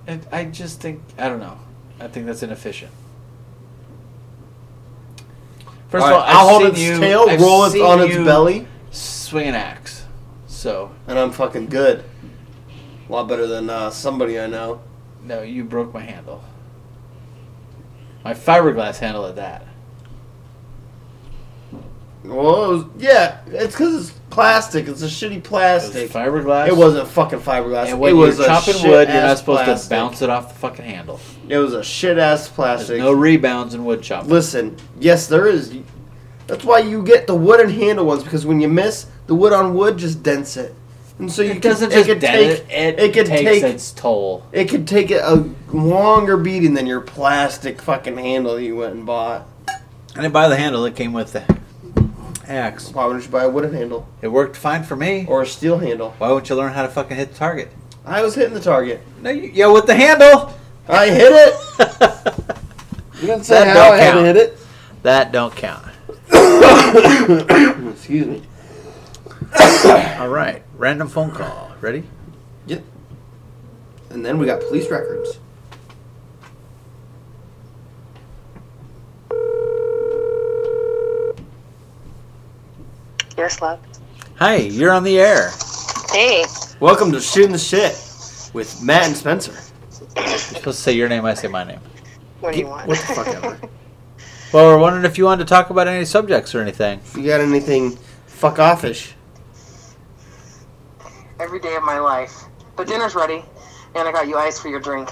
Speaker 2: And i just think i don't know i think that's inefficient First of all, I've
Speaker 1: I'll hold
Speaker 2: seen
Speaker 1: its
Speaker 2: you,
Speaker 1: tail,
Speaker 2: I've
Speaker 1: roll it
Speaker 2: seen
Speaker 1: on its
Speaker 2: you
Speaker 1: belly.
Speaker 2: swing an axe. So
Speaker 1: and I'm fucking good. A lot better than uh, somebody I know.
Speaker 2: No, you broke my handle. My fiberglass handle at that.
Speaker 1: Well, it was, yeah, it's because it's plastic. It's a shitty
Speaker 2: It was
Speaker 1: plastic.
Speaker 2: fiberglass.
Speaker 1: It wasn't fucking fiberglass.
Speaker 2: And when
Speaker 1: it was
Speaker 2: you're
Speaker 1: a
Speaker 2: chopping
Speaker 1: shit
Speaker 2: wood, you're not
Speaker 1: ass
Speaker 2: supposed
Speaker 1: plastic.
Speaker 2: to bounce it off the fucking handle.
Speaker 1: It was a shit ass
Speaker 2: There's
Speaker 1: plastic.
Speaker 2: no rebounds in wood chopping.
Speaker 1: Listen, yes, there is. That's why you get the wooden handle ones because when you miss, the wood on wood just dents it, and so you
Speaker 2: it doesn't
Speaker 1: can,
Speaker 2: just
Speaker 1: it could
Speaker 2: dent
Speaker 1: take
Speaker 2: it. It,
Speaker 1: could
Speaker 2: takes
Speaker 1: take
Speaker 2: its toll.
Speaker 1: it could take a longer beating than your plastic fucking handle you went and bought.
Speaker 2: I didn't buy the handle. It came with the axe.
Speaker 1: Why wouldn't you buy a wooden handle
Speaker 2: It worked fine for me.
Speaker 1: or a steel handle?
Speaker 2: Why won't you learn how to fucking hit the target?
Speaker 1: I was hitting the target.
Speaker 2: No, you, yeah, with the handle.
Speaker 1: I hit it. You didn't say
Speaker 2: That
Speaker 1: how
Speaker 2: don't
Speaker 1: I had to
Speaker 2: count.
Speaker 1: hit it.
Speaker 2: that don't count.
Speaker 1: Excuse me.
Speaker 2: All right, random phone call. Ready?
Speaker 1: Yep. And then we got police records.
Speaker 3: Dear Slug.
Speaker 2: Hi, you're on the air.
Speaker 3: Hey,
Speaker 1: Welcome to Shooting the Shit with Matt and Spencer.
Speaker 2: You're supposed to say your name, I say my name.
Speaker 3: what do you want?
Speaker 1: What the fuck ever.
Speaker 2: Well, we're wondering if you wanted to talk about any subjects or anything.
Speaker 1: If you got anything fuck offish,
Speaker 4: every day of my life. But dinner's ready, and I got you ice for your drink.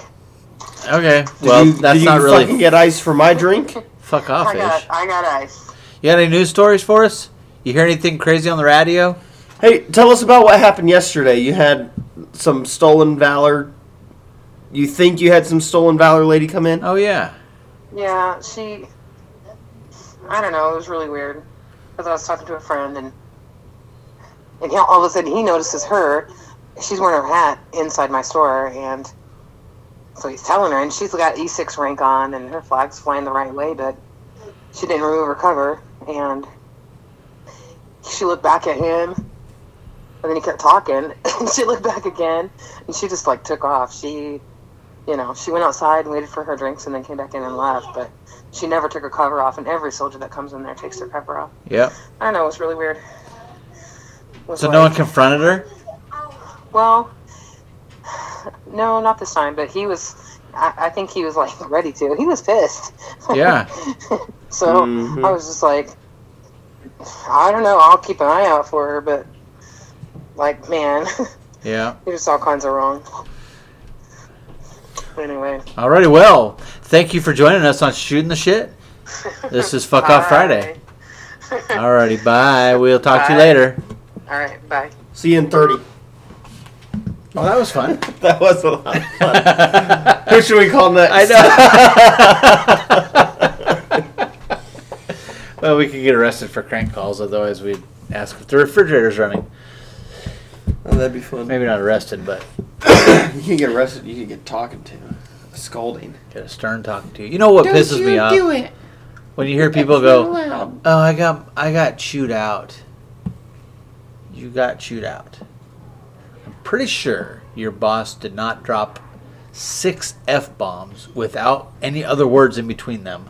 Speaker 2: Okay.
Speaker 1: did
Speaker 2: Well,
Speaker 1: you,
Speaker 2: that's
Speaker 1: did
Speaker 2: not
Speaker 1: you
Speaker 2: really
Speaker 1: fucking get ice for my drink?
Speaker 2: fuck
Speaker 1: Oh,
Speaker 4: I got,
Speaker 2: offish.
Speaker 4: I got ice.
Speaker 2: You got any news stories for us? You hear anything crazy on the radio?
Speaker 1: Hey, tell us about what happened yesterday. You had some stolen valor. You think you had some stolen valor lady come in?
Speaker 2: Oh yeah.
Speaker 4: Yeah, she. I don't know. It was really weird because I was talking to a friend, and and he, all of a sudden he notices her. She's wearing her hat inside my store, and so he's telling her, and she's got E6 rank on, and her flag's flying the right way, but she didn't remove her cover, and she looked back at him, and then he kept talking, and she looked back again, and she just like took off. She you know, she went outside and waited for her drinks and then came back in and left, but she never took her cover off, and every soldier that comes in there takes their cover off.
Speaker 2: Yep.
Speaker 4: I don't know, it was really weird. It was
Speaker 2: So
Speaker 4: like-
Speaker 2: no one confronted her.
Speaker 4: Well, no, not this time, but he was, I, I think he was like ready to. He was pissed.
Speaker 2: Yeah.
Speaker 4: so
Speaker 1: Mhm.
Speaker 4: I was just like, I don't know, I'll keep an eye out for her, but like, man,
Speaker 2: Yeah.
Speaker 4: he was all kinds of wrong. Anyway.
Speaker 2: Alrighty. Well, thank you for joining us on shooting the shit. This is fuck off Friday. Alrighty. Bye. We'll talk to you
Speaker 4: Bye.
Speaker 2: later.
Speaker 4: All right, bye.
Speaker 1: See you in 30.
Speaker 2: Oh, that was fun.
Speaker 1: That was a lot of fun. Who should we call next?
Speaker 2: I know. well, we could get arrested for crank calls, otherwise we'd ask if the refrigerator's running.
Speaker 1: Oh, that'd be fun.
Speaker 2: Maybe not arrested, but
Speaker 1: You can get arrested. You can get talking to. A scolding.
Speaker 2: get a stern talking to you. You know what pisses me off? When you hear people go, "Oh, I got, I got chewed out." You got chewed out. I'm pretty sure your boss did not drop six f bombs without any other words in between them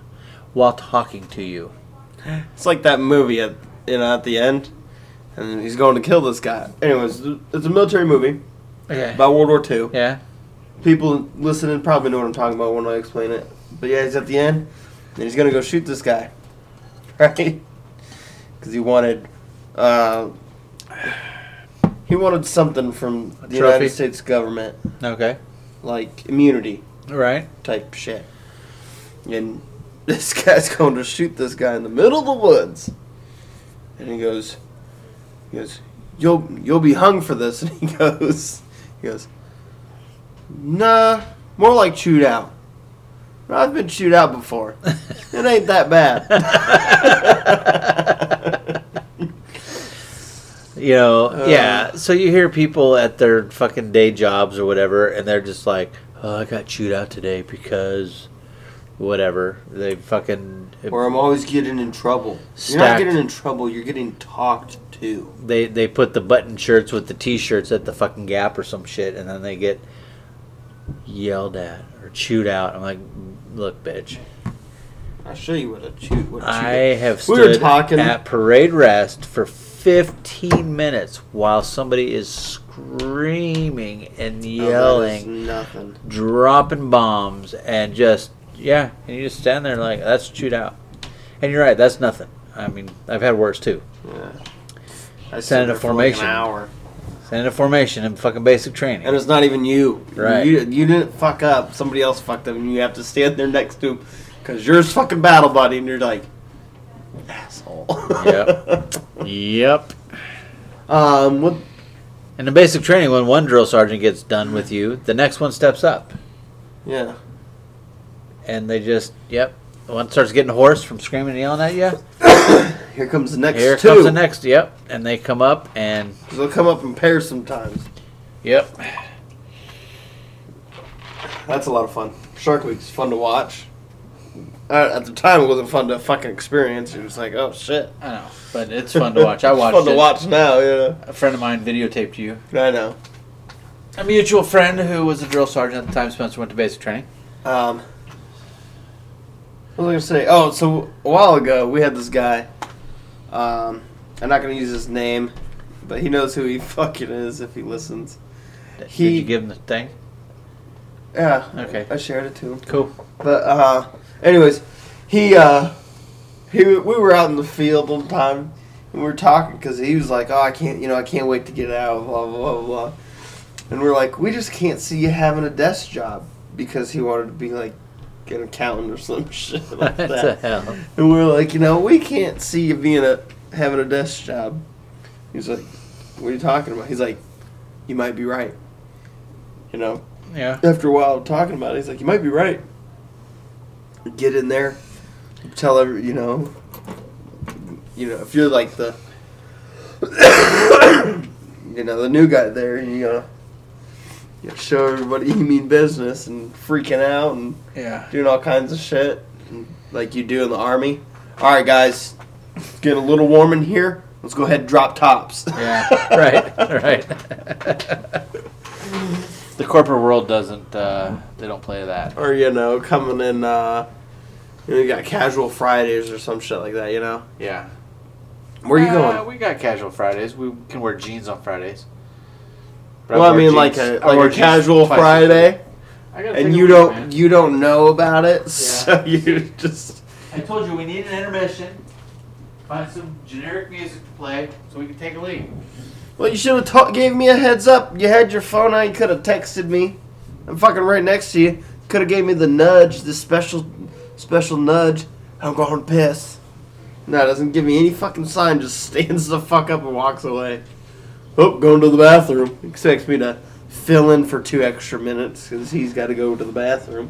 Speaker 2: while talking to you.
Speaker 1: It's like that movie at you know at the end, and he's going to kill this guy. Anyways, it's a military movie
Speaker 2: Okay.
Speaker 1: about World War II.
Speaker 2: Yeah.
Speaker 1: People listening probably know what I'm talking about when I explain it. But yeah, he's at the end, and he's gonna go shoot this guy, right? Because he wanted, uh, he wanted something from the
Speaker 2: trophy?
Speaker 1: United States government,
Speaker 2: Okay.
Speaker 1: like immunity
Speaker 2: All right.
Speaker 1: type shit. And this guy's going to shoot this guy in the middle of the woods, and he goes, he goes, you'll you'll be hung for this. And he goes, he goes, nah, more like chewed out. I've been chewed out before. It ain't that bad.
Speaker 2: You know,
Speaker 1: Uh,
Speaker 2: yeah. So you hear people at their fucking day jobs or whatever, and they're just like, "Oh, I got chewed out today because whatever." They fucking
Speaker 1: or I'm always getting in trouble. You're not
Speaker 2: Stacked.
Speaker 1: getting in trouble. You're getting talked to.
Speaker 2: they they put the button shirts with the t-shirts at the fucking Gap or some shit, and then they get yelled at or chewed out. I'm like, "Look, bitch,
Speaker 1: I'll show you what a chew. What a chew
Speaker 2: I have
Speaker 1: We
Speaker 2: stood
Speaker 1: were talking-
Speaker 2: at parade rest for 15 minutes while somebody is screaming and
Speaker 1: Oh, that is
Speaker 2: yelling."
Speaker 1: nothing.
Speaker 2: dropping bombs and just yeah, and you just stand there like that's chewed out. And you're right, that's nothing. I mean, I've had worse too.
Speaker 1: Yeah. I
Speaker 2: Stand in a
Speaker 1: stood there for like an
Speaker 2: formation.
Speaker 1: hour.
Speaker 2: Stand in a formation in fucking basic training.
Speaker 1: And it's not even you.
Speaker 2: Right.
Speaker 1: You, you didn't fuck up. Somebody else fucked up, and you have to stand there next to him because you're his fucking battle buddy, and you're like, asshole.
Speaker 2: Yep. yep.
Speaker 1: um. What?
Speaker 2: And in basic training, when one drill sergeant gets done with you, the next one steps up,
Speaker 1: Yeah.
Speaker 2: and they just yep. One starts getting hoarse from screaming and yelling at you.
Speaker 1: Here comes the next
Speaker 2: Here
Speaker 1: two.
Speaker 2: comes the next. Yep, and they come up and
Speaker 1: 'Cause They'll come up in pairs sometimes.
Speaker 2: yep.
Speaker 1: That's a lot of fun. Shark Week's fun to watch. Uh, at the time, it wasn't fun to fucking experience. It was like, oh shit.
Speaker 2: I know, but it's fun to watch. I
Speaker 1: It's
Speaker 2: watched
Speaker 1: Fun
Speaker 2: it.
Speaker 1: to watch now. Yeah.
Speaker 2: A friend of mine videotaped you.
Speaker 1: I know.
Speaker 2: A mutual friend who was a drill sergeant at the time Spencer went to basic training.
Speaker 1: Um, what was I gonna say? Oh, so a while ago we had this guy. Um, I'm not going to use his name, but he knows who he fucking is if he listens.
Speaker 2: Did
Speaker 1: He-
Speaker 2: you give him the thing?
Speaker 1: Yeah.
Speaker 2: Okay.
Speaker 1: I shared it to him.
Speaker 2: Cool.
Speaker 1: But uh, anyways, he uh, he we were out in the field one time and we were talking because he was like, "Oh, I can't, you know, I can't wait to get out." Blah blah blah blah. And we're like, "We just can't see you having a desk job," because he wanted to be like an accountant or some shit like
Speaker 2: what the
Speaker 1: that.
Speaker 2: hell?
Speaker 1: and we we're like, "You know, we can't see you being a having a desk job." He's like, "What are you talking about?" He's like, "You might be right." You know,
Speaker 2: Yeah.
Speaker 1: after a while of talking about it, he's like, "You might be right." Get in there, tell every you know, you know if you're like the, you know the new guy there, you know, you gotta show everybody you mean business and freaking out and
Speaker 2: Yeah.
Speaker 1: doing all kinds of shit and like you do in the army. All right, guys, it's getting a little warm in here. Let's go ahead and drop tops.
Speaker 2: Yeah. right. Right. the corporate world doesn't. Uh, they don't play that.
Speaker 1: or you know coming in uh you, know, you got casual fridays or some shit like that you know
Speaker 2: Yeah.
Speaker 1: where are you
Speaker 2: Uh,
Speaker 1: going
Speaker 2: We got casual Fridays. We can wear jeans on Fridays. But
Speaker 1: well i
Speaker 2: wore
Speaker 1: mean
Speaker 2: jeans-
Speaker 1: like a
Speaker 2: I wore
Speaker 1: like a
Speaker 2: jeans
Speaker 1: casual
Speaker 2: twice this week.
Speaker 1: friday
Speaker 2: I gotta
Speaker 1: and
Speaker 2: take a
Speaker 1: you
Speaker 2: leak,
Speaker 1: don't
Speaker 2: man.
Speaker 1: you don't know about it so you just
Speaker 2: I told you we need an intermission. Find some generic music to play so we can take a leak.
Speaker 1: well you should have ta- gave me a heads up you had your phone out you could have texted me i'm fucking right next to you could have gave me the nudge the special special nudge i'm going to piss no it doesn't give me any fucking sign just stands the fuck up and walks away Oh, going to the bathroom. Expects me to fill in for two extra minutes because he's got to go to the bathroom.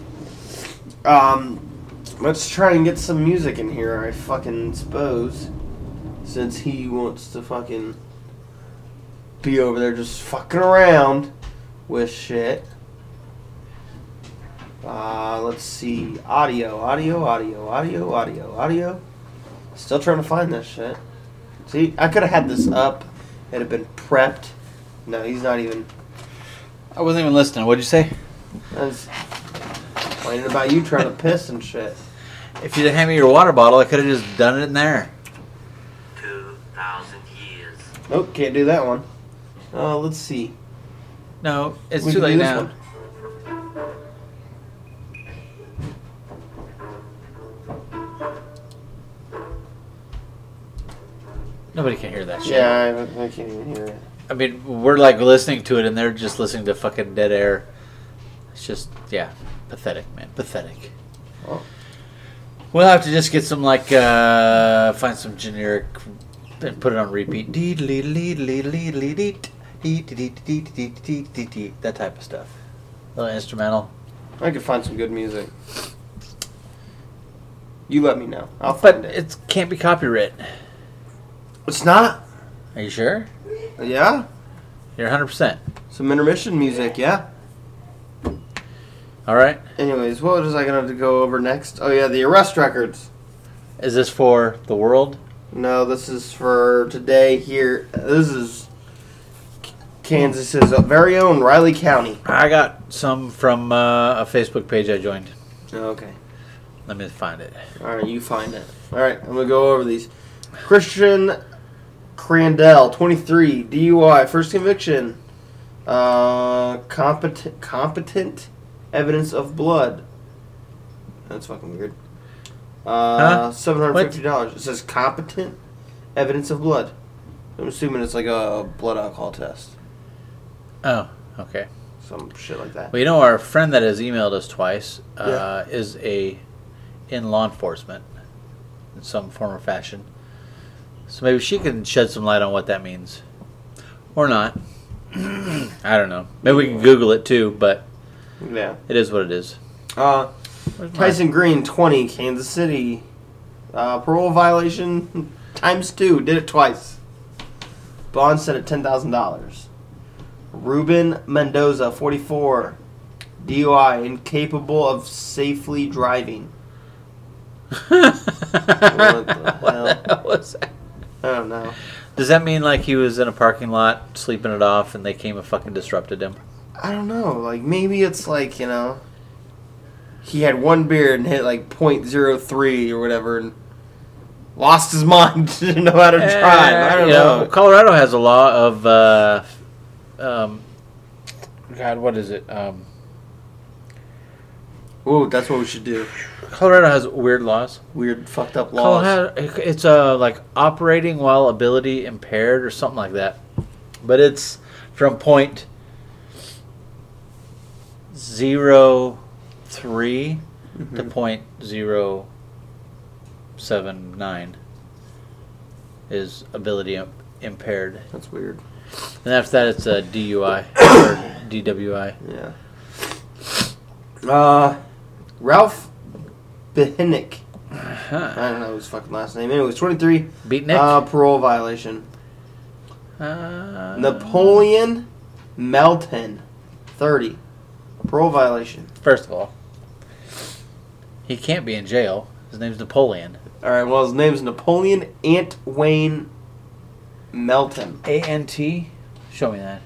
Speaker 1: Um, let's try and get some music in here, I fucking suppose. Since he wants to fucking be over there just fucking around with shit. Uh, let's see. Audio, audio, audio, audio, audio, audio. Still trying to find this shit. See, I could have had this up. It had been prepped. No, he's not even.
Speaker 2: I wasn't even listening. What'd you say?
Speaker 1: I was complaining about you trying to piss and shit.
Speaker 2: If you'd hand me your water bottle, I could have just done it in there.
Speaker 5: 2,000 years.
Speaker 1: Nope, can't do that one. Uh, let's see.
Speaker 2: No, it's
Speaker 1: We
Speaker 2: too
Speaker 1: can do
Speaker 2: late
Speaker 1: this
Speaker 2: now. Nobody can hear that shit.
Speaker 1: Yeah, I, I can't even hear it.
Speaker 2: I mean, we're like listening to it, and they're just listening to fucking dead air. It's just, yeah, pathetic, man, pathetic.
Speaker 1: Oh.
Speaker 2: We'll have to just get some like, uh, find some generic and put it on repeat. That type of stuff. Little instrumental.
Speaker 1: I could find some good music. You let me know. I'll find
Speaker 2: But
Speaker 1: it.
Speaker 2: it can't be copyright.
Speaker 1: It's not.
Speaker 2: Are you sure?
Speaker 1: Yeah,
Speaker 2: You're 100%.
Speaker 1: some intermission music. Yeah.
Speaker 2: All right.
Speaker 1: Anyways, what was I gonna go over next? Oh yeah, the arrest records.
Speaker 2: Is this for the world?
Speaker 1: No, this is for today here. This is K- Kansas's very own Riley County.
Speaker 2: I got some from uh, a Facebook page I joined.
Speaker 1: Oh, Okay.
Speaker 2: Let me find it.
Speaker 1: All right, you find it. All right, I'm gonna go over these. Christian Crandell, 23, DUI, first conviction. Uh, competent, competent evidence of blood. That's fucking weird. Uh,
Speaker 2: Huh?
Speaker 1: seven hundred fifty dollars. It says competent evidence of blood. I'm assuming it's like a blood alcohol test,
Speaker 2: Oh, okay.
Speaker 1: some shit like that.
Speaker 2: Well, you know, our friend that has emailed us twice uh, is a in law enforcement in some form or fashion. So maybe she can shed some light on what that means, or not. I don't know. Maybe we can Google it too, but
Speaker 1: Yeah.
Speaker 2: it is what it is.
Speaker 1: Uh,
Speaker 2: Where's my-
Speaker 1: Tyson Green, 20, Kansas City. Uh, parole violation times two. Did it twice. Bond set at $10,000. Ruben Mendoza, 44, DUI, incapable of safely driving. the
Speaker 2: What the hell was that?
Speaker 1: I don't know.
Speaker 2: Does that mean like he was in a parking lot sleeping it off, and they came and fucking disrupted him?
Speaker 1: I don't know. Like, maybe it's like, you know, he had one beer and hit like .03 or whatever and lost his mind, didn't know how to
Speaker 2: Eh,
Speaker 1: drive. I don't
Speaker 2: you
Speaker 1: know.
Speaker 2: Uh, Colorado has a law of, uh, um, God, what is it? Um,
Speaker 1: Ooh, that's what we should do.
Speaker 2: Colorado has weird laws.
Speaker 1: Weird, fucked up laws.
Speaker 2: Colorado, it's uh, like operating while ability impaired or something like that. But it's from point zero three to point zero seven nine is ability imp- impaired.
Speaker 1: That's weird.
Speaker 2: And after that, it's a DUI or DWI.
Speaker 1: Yeah. Uh, Ralph Behinick.
Speaker 2: Huh.
Speaker 1: I don't know his fucking last name. Anyway, it was 23.
Speaker 2: Beat Nick.
Speaker 1: Uh, parole violation.
Speaker 2: Uh,
Speaker 1: Napoleon Melton, 30. Parole violation.
Speaker 2: First of all, he can't be in jail. His name's Napoleon.
Speaker 1: All right, well, his name's Napoleon Ant Wayne Melton.
Speaker 2: A N T. E. Show me that.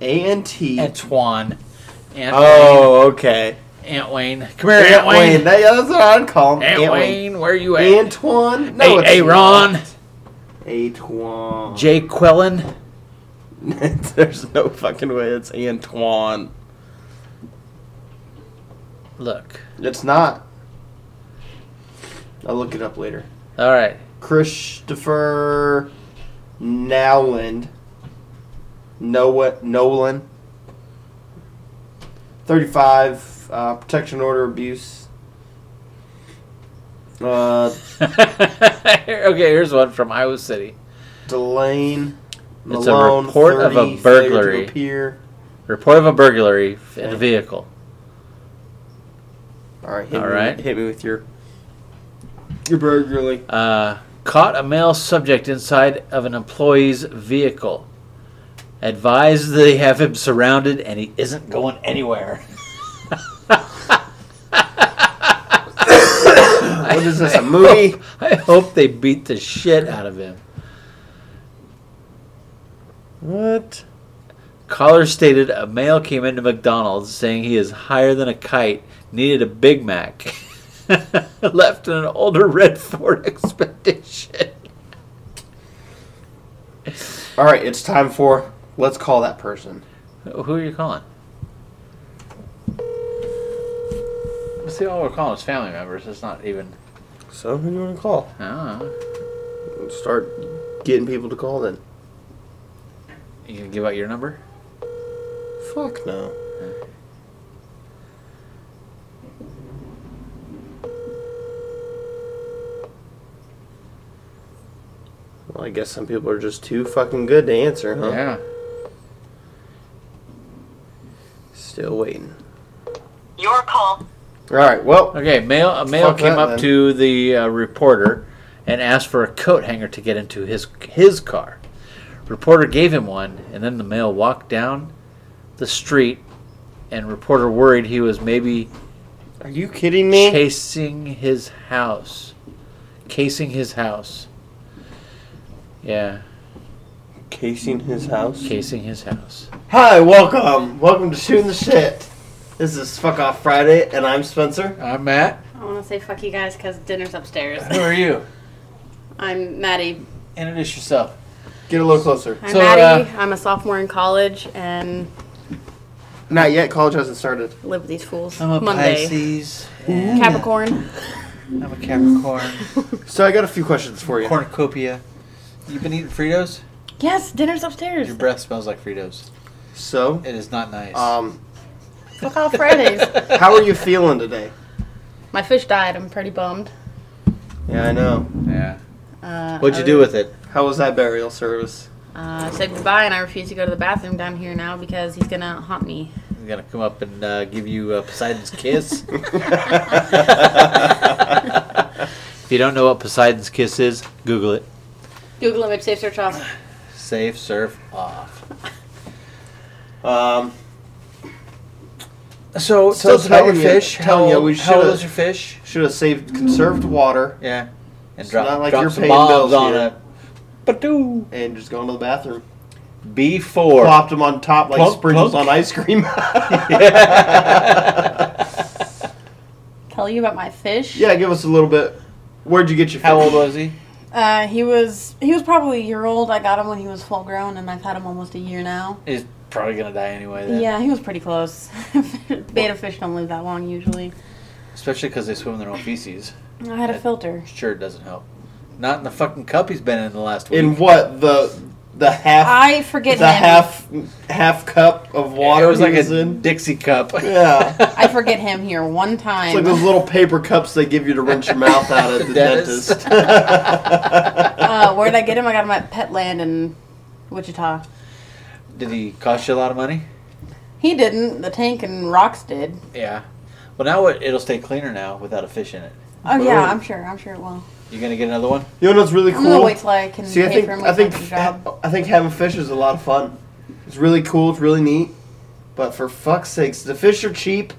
Speaker 1: A-N-T.
Speaker 2: Antoine. Ant
Speaker 1: Oh, okay.
Speaker 2: Wayne. Ant Wayne. Come here, Ant,
Speaker 1: Ant
Speaker 2: Wayne.
Speaker 1: Wayne. That- yeah, that's what I'd call him.
Speaker 2: Ant Wayne, where you at?
Speaker 1: Antoine. No,
Speaker 2: hey,
Speaker 1: it's
Speaker 2: hey, Ron.
Speaker 1: Antoine.
Speaker 2: Jay Quellen.
Speaker 1: There's no fucking way it's Antoine.
Speaker 2: Look.
Speaker 1: It's not. I'll look it up later.
Speaker 2: All right.
Speaker 1: Christopher Nowland. Noah Nolan. 35. Uh, protection order abuse. Uh,
Speaker 2: okay, here's one from Iowa City.
Speaker 1: Delane.
Speaker 2: It's a
Speaker 1: Malone,
Speaker 2: report of
Speaker 1: 30,
Speaker 2: a
Speaker 1: failure to
Speaker 2: burglary.
Speaker 1: appear.
Speaker 2: Report of a burglary in
Speaker 1: Okay.
Speaker 2: a vehicle.
Speaker 1: All right, hit
Speaker 2: All
Speaker 1: me,
Speaker 2: right.
Speaker 1: hit me with your your burglary.
Speaker 2: Uh, caught a male subject inside of an employee's vehicle. Advised they have him surrounded and he isn't going anywhere.
Speaker 1: What is this? A movie?
Speaker 2: I hope they beat the shit out of him.
Speaker 1: What?
Speaker 2: Caller stated a male came into McDonald's saying he is higher than a kite, needed a Big Mac, left in an older red Ford Expedition.
Speaker 1: All right, it's time for let's call that person.
Speaker 2: Who are you calling? See, all we're calling is family members. It's not even.
Speaker 1: So who do you want to call?
Speaker 2: Oh,
Speaker 1: Start getting people to call then.
Speaker 2: you gonna give out your number?
Speaker 1: Fuck no. Well, I guess some people are just too fucking good to answer, huh?
Speaker 2: Yeah.
Speaker 1: Still waiting.
Speaker 3: Your call.
Speaker 1: All right. Well,
Speaker 2: Okay, male, a male
Speaker 1: Fuck
Speaker 2: came
Speaker 1: that,
Speaker 2: up
Speaker 1: then.
Speaker 2: to the uh, reporter and asked for a coat hanger to get into his his car. Reporter gave him one, and then the male walked down the street, and reporter worried he was maybe
Speaker 1: are you kidding me?
Speaker 2: chasing his house, casing his house. Yeah,
Speaker 1: Casing his house.
Speaker 2: casing his house.
Speaker 1: Hi, welcome. Welcome to Shooting the Shit. This is Fuck Off Friday, and I'm Spencer.
Speaker 2: I'm Matt.
Speaker 5: I want to say fuck you guys because dinner's upstairs.
Speaker 2: Who are you?
Speaker 5: I'm Maddie.
Speaker 2: Introduce yourself.
Speaker 1: Get a little closer.
Speaker 5: I'm
Speaker 2: So, uh,
Speaker 5: Maddie. I'm a sophomore in college and
Speaker 1: Not yet, college hasn't started.
Speaker 5: live with these fools.
Speaker 2: I'm a
Speaker 5: Monday.
Speaker 2: Pisces.
Speaker 5: Capricorn.
Speaker 2: I'm a Capricorn.
Speaker 1: So I got a few questions for you.
Speaker 2: Cornucopia. You've been eating Fritos.
Speaker 5: Yes, dinner's upstairs.
Speaker 2: Your breath smells like Fritos.
Speaker 1: So,
Speaker 2: It is not nice.
Speaker 1: um,
Speaker 5: Fuck off Fridays.
Speaker 1: how are you feeling today?
Speaker 5: My fish died. I'm pretty bummed.
Speaker 1: Yeah, I know.
Speaker 2: yeah.
Speaker 5: Uh,
Speaker 2: What'd you
Speaker 5: I-
Speaker 2: do with it?
Speaker 1: How was that burial service?
Speaker 5: Uh, I said goodbye and I refuse to go to the bathroom down here now because he's gonna haunt me.
Speaker 2: I'm gonna come up and uh, give you uh, Poseidon's kiss. if you don't know what Poseidon's kiss is, Google it.
Speaker 5: Google image safe search off.
Speaker 2: Save, surf, off.
Speaker 1: Um, So
Speaker 2: So, tell us about your
Speaker 1: telling you-
Speaker 2: fish.
Speaker 1: telling
Speaker 2: How,
Speaker 1: you we
Speaker 2: how old
Speaker 1: shoulda-
Speaker 2: is your fish?
Speaker 1: should have saved conserved water
Speaker 2: Yeah. And
Speaker 1: It's
Speaker 2: drop,
Speaker 1: not like
Speaker 2: drop
Speaker 1: you're
Speaker 2: some
Speaker 1: paying
Speaker 2: bombs
Speaker 1: bills
Speaker 2: on
Speaker 1: here.
Speaker 2: it. Badoo.
Speaker 1: and just gone to the bathroom.
Speaker 2: B4.
Speaker 1: Plopped them on top like
Speaker 2: Plunk,
Speaker 1: sprinkles
Speaker 2: plunk.
Speaker 1: on ice cream.
Speaker 5: Tell you about my fish.
Speaker 1: yeah, give us a little bit. Where'd you get your?
Speaker 2: How
Speaker 1: fish?
Speaker 2: old was he?
Speaker 5: Uh, he was he was probably a year old. I got him when he was full grown, and I've had him almost a year now.
Speaker 2: He's probably gonna die anyway. Then.
Speaker 5: Yeah, he was pretty close. Beta fish don't live that long usually.
Speaker 2: Especially because they swim in their own feces.
Speaker 5: I had a filter.
Speaker 2: Sure, it doesn't help. Not in the fucking cup he's been in the last week.
Speaker 1: in what the the half
Speaker 5: I forget
Speaker 1: the
Speaker 5: him.
Speaker 1: half half cup of water
Speaker 2: it was like
Speaker 1: he
Speaker 2: a
Speaker 1: in?
Speaker 2: Dixie cup.
Speaker 1: Yeah.
Speaker 5: I forget him here one
Speaker 1: It's like
Speaker 5: time.
Speaker 1: those little paper cups they give you to rinse your mouth out at the
Speaker 2: Dentist.
Speaker 1: dentist.
Speaker 5: uh, where did I get him? I got him at Petland in Wichita.
Speaker 2: Did he cost you a lot of money?
Speaker 5: He didn't. The tank and rocks did.
Speaker 2: Yeah. Well, now it, it'll stay cleaner now without a fish in it.
Speaker 5: Oh yeah,
Speaker 1: Boom.
Speaker 5: I'm sure. I'm sure it will.
Speaker 2: You gonna get another one?
Speaker 1: you know what's really
Speaker 5: I'm gonna
Speaker 1: cool?
Speaker 5: wait till I can
Speaker 1: See, I
Speaker 5: pay
Speaker 1: think
Speaker 5: for him
Speaker 1: I
Speaker 5: with
Speaker 1: think
Speaker 5: my job.
Speaker 1: I think having fish is a lot of fun. It's really cool. It's really neat. But for fuck's sakes, the fish are cheap,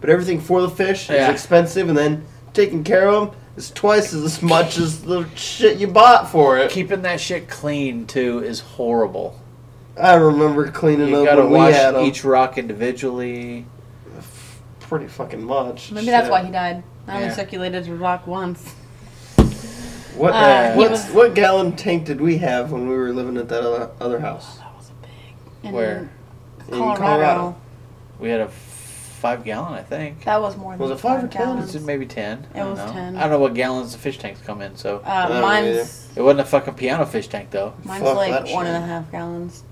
Speaker 1: but everything for the fish
Speaker 2: Yeah.
Speaker 1: is expensive, and then taking care of them is twice as much as the shit you bought for it.
Speaker 2: Keeping that shit clean too is horrible.
Speaker 1: I remember cleaning
Speaker 2: You
Speaker 1: up
Speaker 2: gotta
Speaker 1: when we
Speaker 2: wash
Speaker 1: had them.
Speaker 2: each rock individually.
Speaker 1: pretty fucking much.
Speaker 5: Maybe that's
Speaker 1: Shit.
Speaker 5: why he died. I only
Speaker 2: Yeah.
Speaker 5: circulated his rock once.
Speaker 1: What
Speaker 5: Uh, he
Speaker 1: what,
Speaker 5: was-
Speaker 1: what gallon tank did we have when we were living at that other, other house?
Speaker 5: That was a big. In
Speaker 2: Where
Speaker 1: In
Speaker 5: Colorado,
Speaker 1: Colorado.
Speaker 2: we had a five gallon, I think.
Speaker 5: That was more than
Speaker 1: Was it five or ten?
Speaker 5: gallons.
Speaker 2: Was it maybe ten? I don't
Speaker 5: was
Speaker 2: know.
Speaker 5: 10.
Speaker 2: I don't know what gallons the fish tanks come in. So
Speaker 5: Uh,
Speaker 1: don't
Speaker 5: mine's
Speaker 2: it wasn't a fucking piano fish tank though.
Speaker 5: mine's
Speaker 1: Fuck
Speaker 5: like
Speaker 1: that
Speaker 5: one and
Speaker 1: shit.
Speaker 5: a half gallons.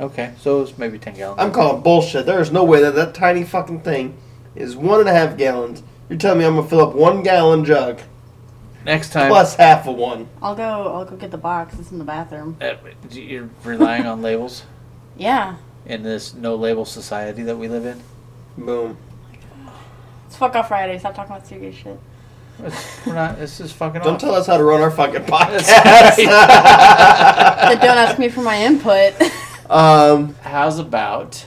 Speaker 2: Okay, so it was maybe ten gallons.
Speaker 1: I'm calling bullshit. There is no way that that tiny fucking thing is one and a half gallons. You're telling me I'm gonna fill up one gallon jug
Speaker 2: Next time,
Speaker 1: plus half of one.
Speaker 5: I'll go. I'll go get the box. It's in the bathroom.
Speaker 2: uh, you're relying on labels
Speaker 5: Yeah,
Speaker 2: in this no label society that we live in.
Speaker 1: Boom.
Speaker 5: it's fuck off Friday. Stop talking about serious shit.
Speaker 2: It's- We're not. This is fucking.
Speaker 1: Don't
Speaker 2: off.
Speaker 1: tell us how to run our fucking
Speaker 2: That's
Speaker 1: podcast.
Speaker 5: But don't ask me for my input.
Speaker 1: um.
Speaker 2: How's about?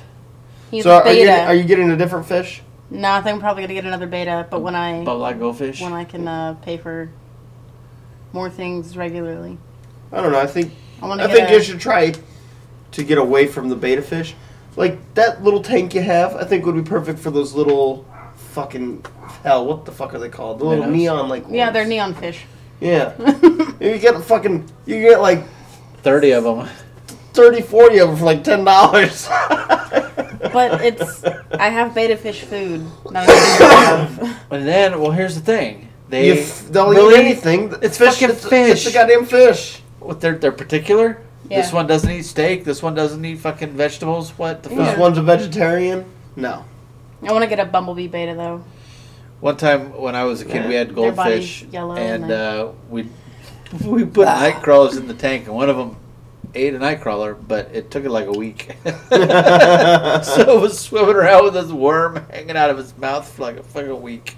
Speaker 5: He's
Speaker 1: so
Speaker 5: a
Speaker 1: are, you
Speaker 5: beta.
Speaker 1: getting, are you getting a different fish?
Speaker 5: no, I think I'm probably gonna get another beta. But when I
Speaker 2: But like goldfish.
Speaker 5: when I can uh, pay for more things regularly,
Speaker 1: I don't know. I think
Speaker 5: I want
Speaker 1: I
Speaker 5: to
Speaker 1: think
Speaker 5: get.
Speaker 1: you
Speaker 5: A,
Speaker 1: should try to get away from the beta fish. Like that little tank you have, I think would be perfect for those little fucking hell. What the fuck are they called? The little
Speaker 2: Minnows?
Speaker 1: neon like.
Speaker 5: yeah, they're
Speaker 1: ones.
Speaker 5: neon fish.
Speaker 1: Yeah, you get a fucking you get like
Speaker 2: Thirty of them.
Speaker 1: 30, 40 of them for like ten dollars.
Speaker 5: But it's I have beta fish food. Not that I have.
Speaker 2: And then, well, here's the thing. They
Speaker 1: you f- they'll
Speaker 2: really-
Speaker 1: eat anything.
Speaker 2: it's fucking
Speaker 1: it's, It's
Speaker 2: fish.
Speaker 1: a goddamn fish.
Speaker 2: What they're they're particular. This
Speaker 5: Yeah.
Speaker 2: one doesn't eat steak. This one doesn't eat fucking vegetables. What the fuck?
Speaker 1: This one's a vegetarian. No,
Speaker 5: I want to get a bumblebee beta though.
Speaker 2: One time when I was a kid, we had
Speaker 5: Their body's
Speaker 2: goldfish,
Speaker 5: yellow
Speaker 2: and
Speaker 5: and they-
Speaker 2: uh, we we put night crawlers in the tank, and one of them ate a night crawler, but it took it like a week. so it was swimming around with this worm hanging out of its mouth for like a fucking week,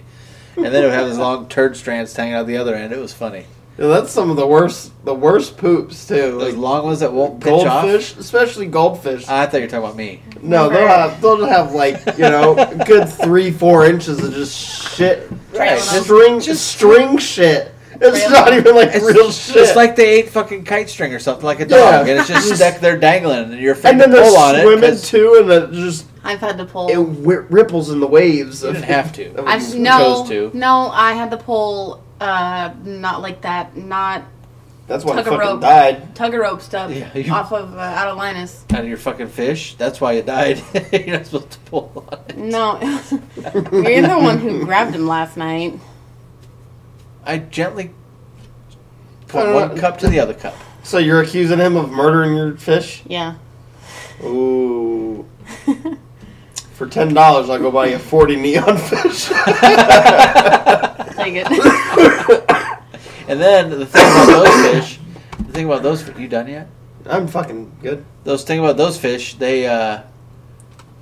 Speaker 2: and then it would have these long turd strands hanging out the other end. It was funny.
Speaker 1: Yeah, that's some of the worst the worst poops too.
Speaker 2: Those
Speaker 1: Like
Speaker 2: long ones that won't pinch off. Ah,
Speaker 1: goldfish, especially goldfish.
Speaker 2: I thought you were talking about me.
Speaker 1: No, they'll have they'll just have like you know a good three four inches of just shit
Speaker 2: Right.
Speaker 5: Just-
Speaker 1: string
Speaker 2: just-
Speaker 1: string shit. It's
Speaker 5: Really?
Speaker 1: not even like
Speaker 2: It's,
Speaker 1: real shit.
Speaker 2: it's like they ate fucking kite string or something like a
Speaker 1: Yeah.
Speaker 2: dog, and it's just stuck there dangling, and you're afraid
Speaker 1: and then
Speaker 2: to
Speaker 1: they're
Speaker 2: pull on it.
Speaker 1: swimming
Speaker 2: 'cause
Speaker 1: too, and it just
Speaker 5: I've had to pull.
Speaker 1: it wi ripples in the waves.
Speaker 2: You
Speaker 1: of-
Speaker 2: didn't have to.
Speaker 1: of-
Speaker 5: I've
Speaker 2: chose
Speaker 5: no,
Speaker 2: to.
Speaker 5: no. I had to pull. Uh, not like that. Not
Speaker 1: That's why I
Speaker 5: Took a
Speaker 1: fucking
Speaker 5: rope.
Speaker 1: died.
Speaker 5: tug a rope stuff
Speaker 2: Yeah, you-
Speaker 5: off of uh, out of Linus.
Speaker 2: out of your fucking fish. That's why you died. You're not supposed to pull on it.
Speaker 5: No, you're the one who grabbed him last night.
Speaker 2: I gently
Speaker 1: I
Speaker 2: put
Speaker 1: don't
Speaker 2: one
Speaker 1: know.
Speaker 2: cup to the other cup.
Speaker 1: So you're accusing him of murdering your fish?
Speaker 5: Yeah.
Speaker 1: Ooh. For ten dollars, I'll go buy you forty neon fish.
Speaker 5: Take it.
Speaker 2: And then the thing about those fish, the thing about those, you done yet?
Speaker 1: I'm fucking good.
Speaker 2: Those thing about those fish, they uh,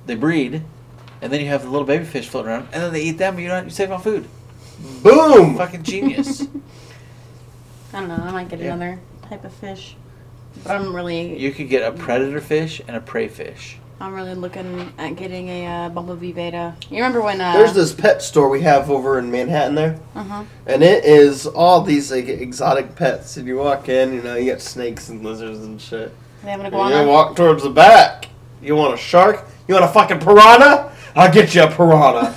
Speaker 2: they breed, and then you have the little baby fish floating around, and then they eat them. But you don't you save on food.
Speaker 1: Boom.
Speaker 2: Fucking genius.
Speaker 5: I don't know. I might get
Speaker 2: Yeah.
Speaker 5: another type of fish, but I'm really,
Speaker 2: you could get a predator fish and a prey fish.
Speaker 5: I'm really looking at getting a uh, bumblebee beta. You remember when? Uh,
Speaker 1: There's this pet store we have over in Manhattan there.
Speaker 5: Uh-huh.
Speaker 1: And it is all these like exotic pets, and you walk in, you know, you got snakes and lizards and shit.
Speaker 5: They have an
Speaker 1: And you
Speaker 5: iguana.
Speaker 1: walk towards the back. You want a shark? You want a fucking piranha? I'll get you a piranha.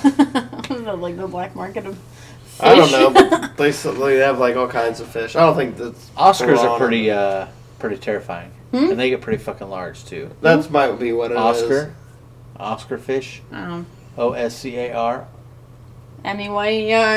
Speaker 5: the, like the black market of
Speaker 1: I don't
Speaker 5: Fish.
Speaker 1: know. But they s- they have like all kinds of fish. I don't think that's
Speaker 2: Oscars
Speaker 1: full
Speaker 2: are
Speaker 1: on.
Speaker 2: pretty uh, pretty terrifying,
Speaker 5: Hmm?
Speaker 2: and they get pretty fucking large too.
Speaker 1: That's might be what it is.
Speaker 2: Oscar, Oscar fish,
Speaker 5: Um,
Speaker 2: O S C A R
Speaker 5: M E Y E R.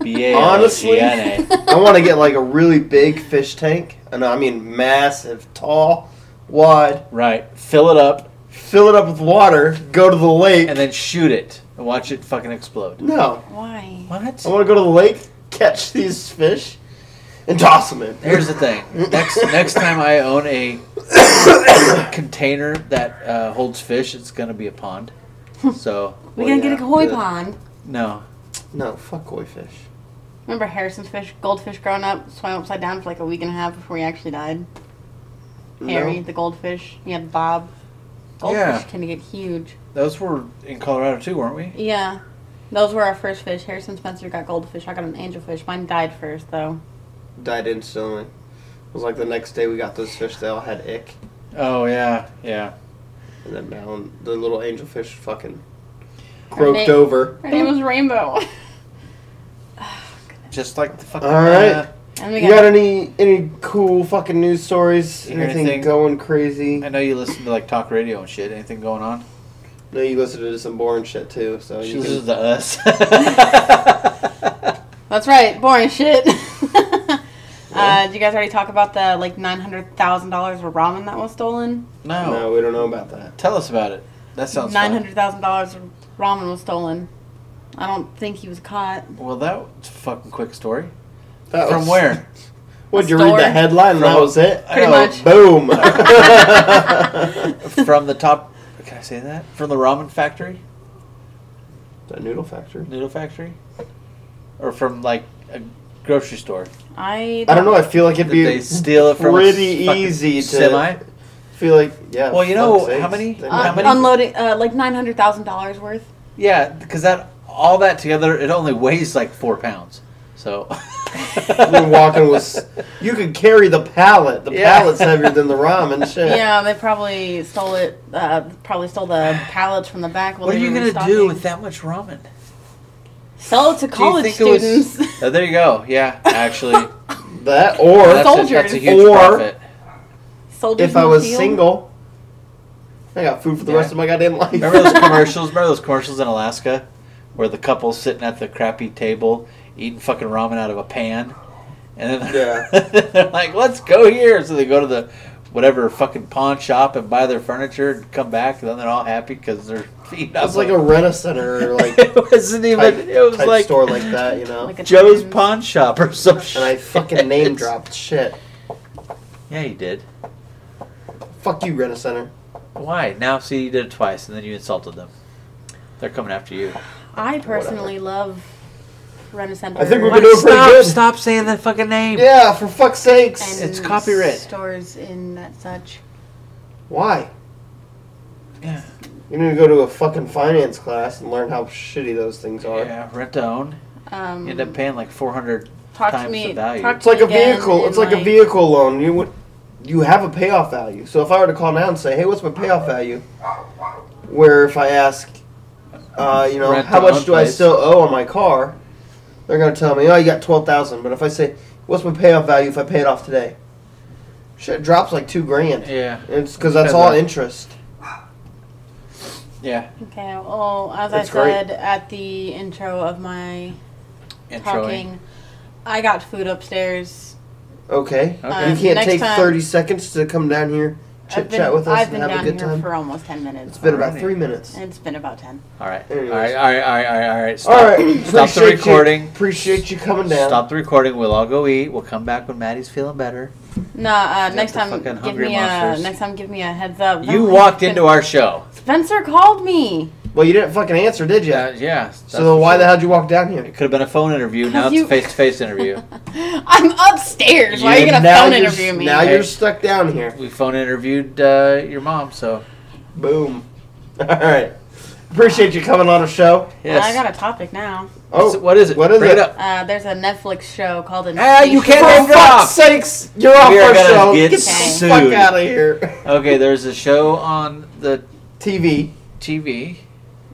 Speaker 2: B A L C N A.
Speaker 1: I want to get like a really big fish tank, and I mean massive, tall, wide.
Speaker 2: Right, fill it up
Speaker 1: Fill it up with water. Go to the lake.
Speaker 2: and then shoot it and watch it fucking explode.
Speaker 1: no,
Speaker 5: Why?
Speaker 2: What?
Speaker 1: I want to go to the lake, catch these fish, and toss them in.
Speaker 2: Here's the thing. Next next time I own a container that uh, holds fish, it's gonna be a pond. So
Speaker 5: We're
Speaker 1: Well,
Speaker 5: gonna
Speaker 1: yeah,
Speaker 5: get a koi
Speaker 1: the-
Speaker 5: pond.
Speaker 2: no,
Speaker 1: No, fuck koi fish.
Speaker 5: Remember Harrison's fish, goldfish growing up, swam upside down for like a week and a half before he actually died. Harry,
Speaker 1: No.
Speaker 5: the goldfish. You had Bob. Goldfish
Speaker 2: Yeah.
Speaker 5: can get huge.
Speaker 2: those were in Colorado too, weren't we?
Speaker 5: Yeah. Those were our first fish. Harrison Spencer got goldfish. I got an angelfish. Mine died first, though.
Speaker 1: Died instantly. It was like the next day we got those fish. They all had ick,
Speaker 2: Oh yeah, yeah.
Speaker 1: and then now the little angelfish fucking
Speaker 5: Her
Speaker 1: croaked
Speaker 5: name-
Speaker 1: over.
Speaker 5: Her name was Rainbow.
Speaker 2: Just like the fucking.
Speaker 1: All right.
Speaker 2: uh,
Speaker 5: And we
Speaker 1: You
Speaker 5: got,
Speaker 1: got any any cool fucking news stories?
Speaker 2: You hear
Speaker 1: Anything,
Speaker 2: anything?
Speaker 1: going crazy?
Speaker 2: I know you listen to like talk radio and shit. Anything going on?
Speaker 1: No, you listened to some boring shit too. So
Speaker 2: She
Speaker 1: Oh, you can-
Speaker 2: listens to us.
Speaker 5: That's right. Boring shit. uh, did you guys already talk about the like nine hundred thousand dollars of ramen that was stolen?
Speaker 2: no.
Speaker 1: no, we don't know about that.
Speaker 2: Tell us about it. That sounds
Speaker 5: Nine
Speaker 2: fun.
Speaker 5: hundred thousand dollars of ramen was stolen. I don't think he was caught.
Speaker 2: Well, that's a fucking quick story.
Speaker 1: that
Speaker 2: From
Speaker 1: was-
Speaker 2: where?
Speaker 1: Would you
Speaker 5: A
Speaker 1: read the
Speaker 5: store?
Speaker 1: headline? and That
Speaker 2: From-
Speaker 1: was it. Oh,
Speaker 2: I
Speaker 5: Pretty
Speaker 2: know,
Speaker 5: much.
Speaker 1: Boom.
Speaker 2: From the top. Can I say that? From the ramen factory,
Speaker 1: the noodle factory.
Speaker 2: noodle factory, or from like a grocery store?
Speaker 5: I
Speaker 1: I don't know. I feel like it'd
Speaker 2: Did
Speaker 1: be
Speaker 2: they steal it from a
Speaker 1: pretty
Speaker 2: fucking
Speaker 1: easy to
Speaker 2: semi?
Speaker 1: Feel like yeah.
Speaker 2: Well, you
Speaker 1: fuck's
Speaker 2: know how
Speaker 1: sakes,
Speaker 2: many-
Speaker 1: they
Speaker 5: Uh,
Speaker 2: How
Speaker 1: might-
Speaker 2: many-
Speaker 5: unloading uh, like nine hundred thousand dollars worth.
Speaker 2: Yeah, because that all that together, it only weighs like four pounds. So
Speaker 1: You're walking with. You could carry the pallet. The
Speaker 2: Yeah.
Speaker 1: pallet's heavier than the ramen shit.
Speaker 5: Yeah, they probably stole it. Uh, probably stole the pallets from the back. while
Speaker 2: What are
Speaker 5: they
Speaker 2: you
Speaker 5: were
Speaker 2: gonna do
Speaker 5: restocking.
Speaker 2: with that much ramen?
Speaker 5: Sell it to college
Speaker 2: think it was-
Speaker 5: students.
Speaker 2: Oh, there you go. Yeah, actually,
Speaker 1: That or
Speaker 2: that's, a, that's a
Speaker 5: Soldiers.
Speaker 2: huge
Speaker 1: Or-
Speaker 2: profit.
Speaker 5: Soldiers
Speaker 1: if
Speaker 5: in
Speaker 1: I
Speaker 5: the
Speaker 1: was
Speaker 5: field.
Speaker 1: single, I got food for the
Speaker 2: Yeah.
Speaker 1: rest of my goddamn life.
Speaker 2: Remember those commercials? Remember those commercials in Alaska where the couple's sitting at the crappy table eating fucking ramen out of a pan, and then they're, they're like, "Let's go here." So they go to the whatever fucking pawn shop and buy their furniture and come back, and then they're all happy because they're feeding
Speaker 1: That's
Speaker 2: up.
Speaker 1: like a Rent-A-Center or like
Speaker 2: it wasn't even.
Speaker 1: type,
Speaker 2: it was
Speaker 1: type
Speaker 2: like
Speaker 1: store like that, you know.
Speaker 5: Like a
Speaker 2: Joe's
Speaker 5: Titan.
Speaker 2: Pawn Shop or some shit.
Speaker 1: and I fucking name dropped shit.
Speaker 2: Yeah, you did.
Speaker 1: Fuck you, Rent-A-Center.
Speaker 2: Why? Now, see, you did it twice, and then you insulted them. They're coming after you.
Speaker 5: I personally love Renaissance.
Speaker 1: I think we've
Speaker 5: What?
Speaker 1: been doing pretty
Speaker 2: stop,
Speaker 1: good.
Speaker 2: stop saying that fucking name.
Speaker 1: Yeah, for fuck's sakes.
Speaker 5: and
Speaker 2: It's copyright.
Speaker 5: Stores in that such.
Speaker 1: Why?
Speaker 2: Yeah.
Speaker 1: You need to go to a fucking finance class and learn how shitty those things are.
Speaker 2: Yeah, rent to own.
Speaker 5: Um,
Speaker 2: You end up paying like 400
Speaker 5: talk
Speaker 2: times
Speaker 5: to me.
Speaker 2: the value.
Speaker 5: Talk
Speaker 1: It's
Speaker 5: to
Speaker 1: like
Speaker 5: me
Speaker 1: a
Speaker 5: again
Speaker 1: vehicle.
Speaker 5: in,
Speaker 1: It's like, a vehicle loan. You would, you have a payoff value. So if I were to call now and say, "Hey, what's my payoff value?" Where if I ask, uh, you know,
Speaker 2: Rent
Speaker 1: how
Speaker 2: to own
Speaker 1: much do I
Speaker 2: place.
Speaker 1: still owe on my car? They're gonna tell me, "Oh, you got twelve thousand. But if I say, "What's my payoff value if I pay it off today?" Shit drops like two grand.
Speaker 2: Yeah.
Speaker 1: It's because that's all interest.
Speaker 2: Yeah.
Speaker 5: Okay. Well, as
Speaker 1: It's
Speaker 5: I
Speaker 1: great.
Speaker 5: said at the intro of my
Speaker 2: Introing.
Speaker 5: talking, I got food upstairs. um,
Speaker 1: Okay.
Speaker 2: Okay.
Speaker 1: you can't
Speaker 5: next
Speaker 1: take
Speaker 5: time-
Speaker 1: thirty seconds to come down here,
Speaker 5: I've
Speaker 1: chit
Speaker 5: been,
Speaker 1: chat with us,
Speaker 5: I've
Speaker 1: and
Speaker 5: been
Speaker 1: have
Speaker 5: down
Speaker 1: a good
Speaker 5: here
Speaker 1: time.
Speaker 5: for almost ten minutes.
Speaker 1: It's been about
Speaker 2: Alrighty.
Speaker 1: three minutes.
Speaker 5: It's been about ten.
Speaker 2: All right. All
Speaker 1: Anyways.
Speaker 2: right. All right. All right. All right. All right. Stop,
Speaker 1: All right.
Speaker 2: Stop the
Speaker 1: appreciate you-
Speaker 2: recording.
Speaker 1: appreciate you coming down.
Speaker 2: Stop the recording. We'll all go eat. We'll come back when Maddie's feeling better.
Speaker 5: No, uh,
Speaker 2: got
Speaker 5: next
Speaker 2: the
Speaker 5: time
Speaker 2: fucking
Speaker 5: give
Speaker 2: Hungry
Speaker 5: me a
Speaker 2: Monsters.
Speaker 5: next time give me a heads up.
Speaker 2: You walked into our show.
Speaker 5: Spencer called me.
Speaker 1: Well, you didn't fucking answer, did you?
Speaker 2: Yeah. Yeah.
Speaker 1: so why the hell did you walk down here?
Speaker 2: It could have been a phone interview. Now
Speaker 5: Have
Speaker 2: it's a
Speaker 5: you-
Speaker 2: face to face interview.
Speaker 5: I'm upstairs. Why are you
Speaker 1: And
Speaker 5: gonna
Speaker 1: now
Speaker 5: phone
Speaker 1: you're-
Speaker 5: interview me?
Speaker 1: Now
Speaker 2: Hey.
Speaker 1: you're stuck down here.
Speaker 2: We phone interviewed uh, your mom, so.
Speaker 1: Boom. All right. Appreciate you coming on the show.
Speaker 2: Yes.
Speaker 5: I got a topic now.
Speaker 1: Oh,
Speaker 2: what is it?
Speaker 1: What is
Speaker 2: Bring
Speaker 1: it?
Speaker 2: it up.
Speaker 5: Uh, there's a Netflix show called. Oh,
Speaker 2: Ah, you
Speaker 5: Insatiable.
Speaker 2: can't-
Speaker 1: For
Speaker 2: Fuck
Speaker 1: fuck's
Speaker 2: off.
Speaker 1: sakes, you're off
Speaker 2: We are
Speaker 1: our
Speaker 2: gonna
Speaker 1: show.
Speaker 2: get
Speaker 1: Get the
Speaker 2: sued.
Speaker 1: fuck out of here.
Speaker 2: Okay, there's a show on the
Speaker 1: TV.
Speaker 2: TV.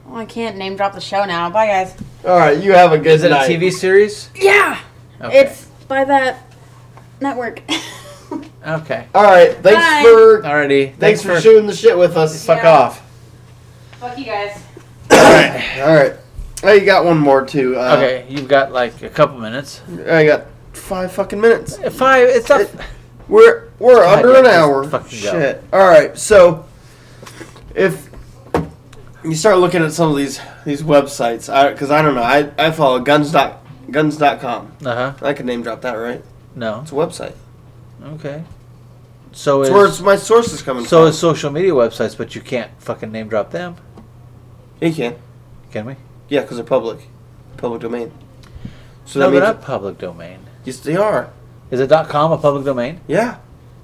Speaker 5: Well, I can't name drop the show now. Bye, guys.
Speaker 1: All right, you have a good
Speaker 2: Is it a
Speaker 1: night.
Speaker 2: TV series?
Speaker 5: Yeah,
Speaker 2: Okay.
Speaker 5: it's by that network.
Speaker 2: okay.
Speaker 1: All right, thanks
Speaker 5: Bye.
Speaker 1: for
Speaker 2: Alrighty.
Speaker 1: thanks, for, shooting the shit with us.
Speaker 2: Fuck
Speaker 5: Yeah.
Speaker 2: off.
Speaker 5: Fuck you guys.
Speaker 1: All right. Oh, you got one more too. Uh,
Speaker 2: Okay, you've got like a couple minutes.
Speaker 1: I got five fucking minutes.
Speaker 2: Five. It's not.
Speaker 1: It- We're we're
Speaker 2: God,
Speaker 1: under
Speaker 2: yeah,
Speaker 1: an
Speaker 2: just
Speaker 1: hour.
Speaker 2: fucking go.
Speaker 1: Shit. All right. So if you start looking at some of these these websites, I because I don't know, I, I follow guns dot guns dot com.
Speaker 2: uh huh.
Speaker 1: I can name drop that, right?
Speaker 2: No.
Speaker 1: It's a website.
Speaker 2: Okay. So
Speaker 1: It's where
Speaker 2: is
Speaker 1: it's, my source is coming
Speaker 2: so
Speaker 1: from.
Speaker 2: is social media websites, but you can't fucking name drop them,
Speaker 1: you can.
Speaker 2: can we?
Speaker 1: Yeah, because they're public, public domain. So
Speaker 2: no,
Speaker 1: that
Speaker 2: they're
Speaker 1: means
Speaker 2: not public domain.
Speaker 1: yes, they are.
Speaker 2: Is it .com a public domain?
Speaker 1: Yeah,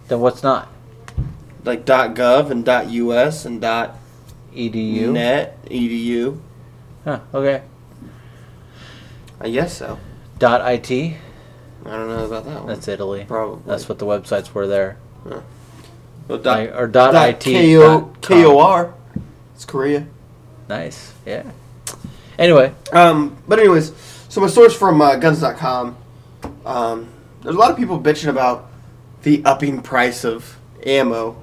Speaker 2: Then what's not?
Speaker 1: like dot gov and dot us and dot
Speaker 2: Edu.
Speaker 1: net E edu.
Speaker 2: E Huh, okay.
Speaker 1: I guess so.
Speaker 2: Dot it.
Speaker 1: I don't know about that one.
Speaker 2: That's Italy.
Speaker 1: Probably.
Speaker 2: That's what the websites were there.
Speaker 1: Well, dot,
Speaker 2: Like, or dot,
Speaker 1: dot
Speaker 2: it.
Speaker 1: K-O-
Speaker 2: dot com.
Speaker 1: KOR. It's Korea.
Speaker 2: Nice. Yeah. Anyway.
Speaker 1: Um, but anyways, so my source from uh, guns.com. Um, there's a lot of people bitching about the upping price of ammo,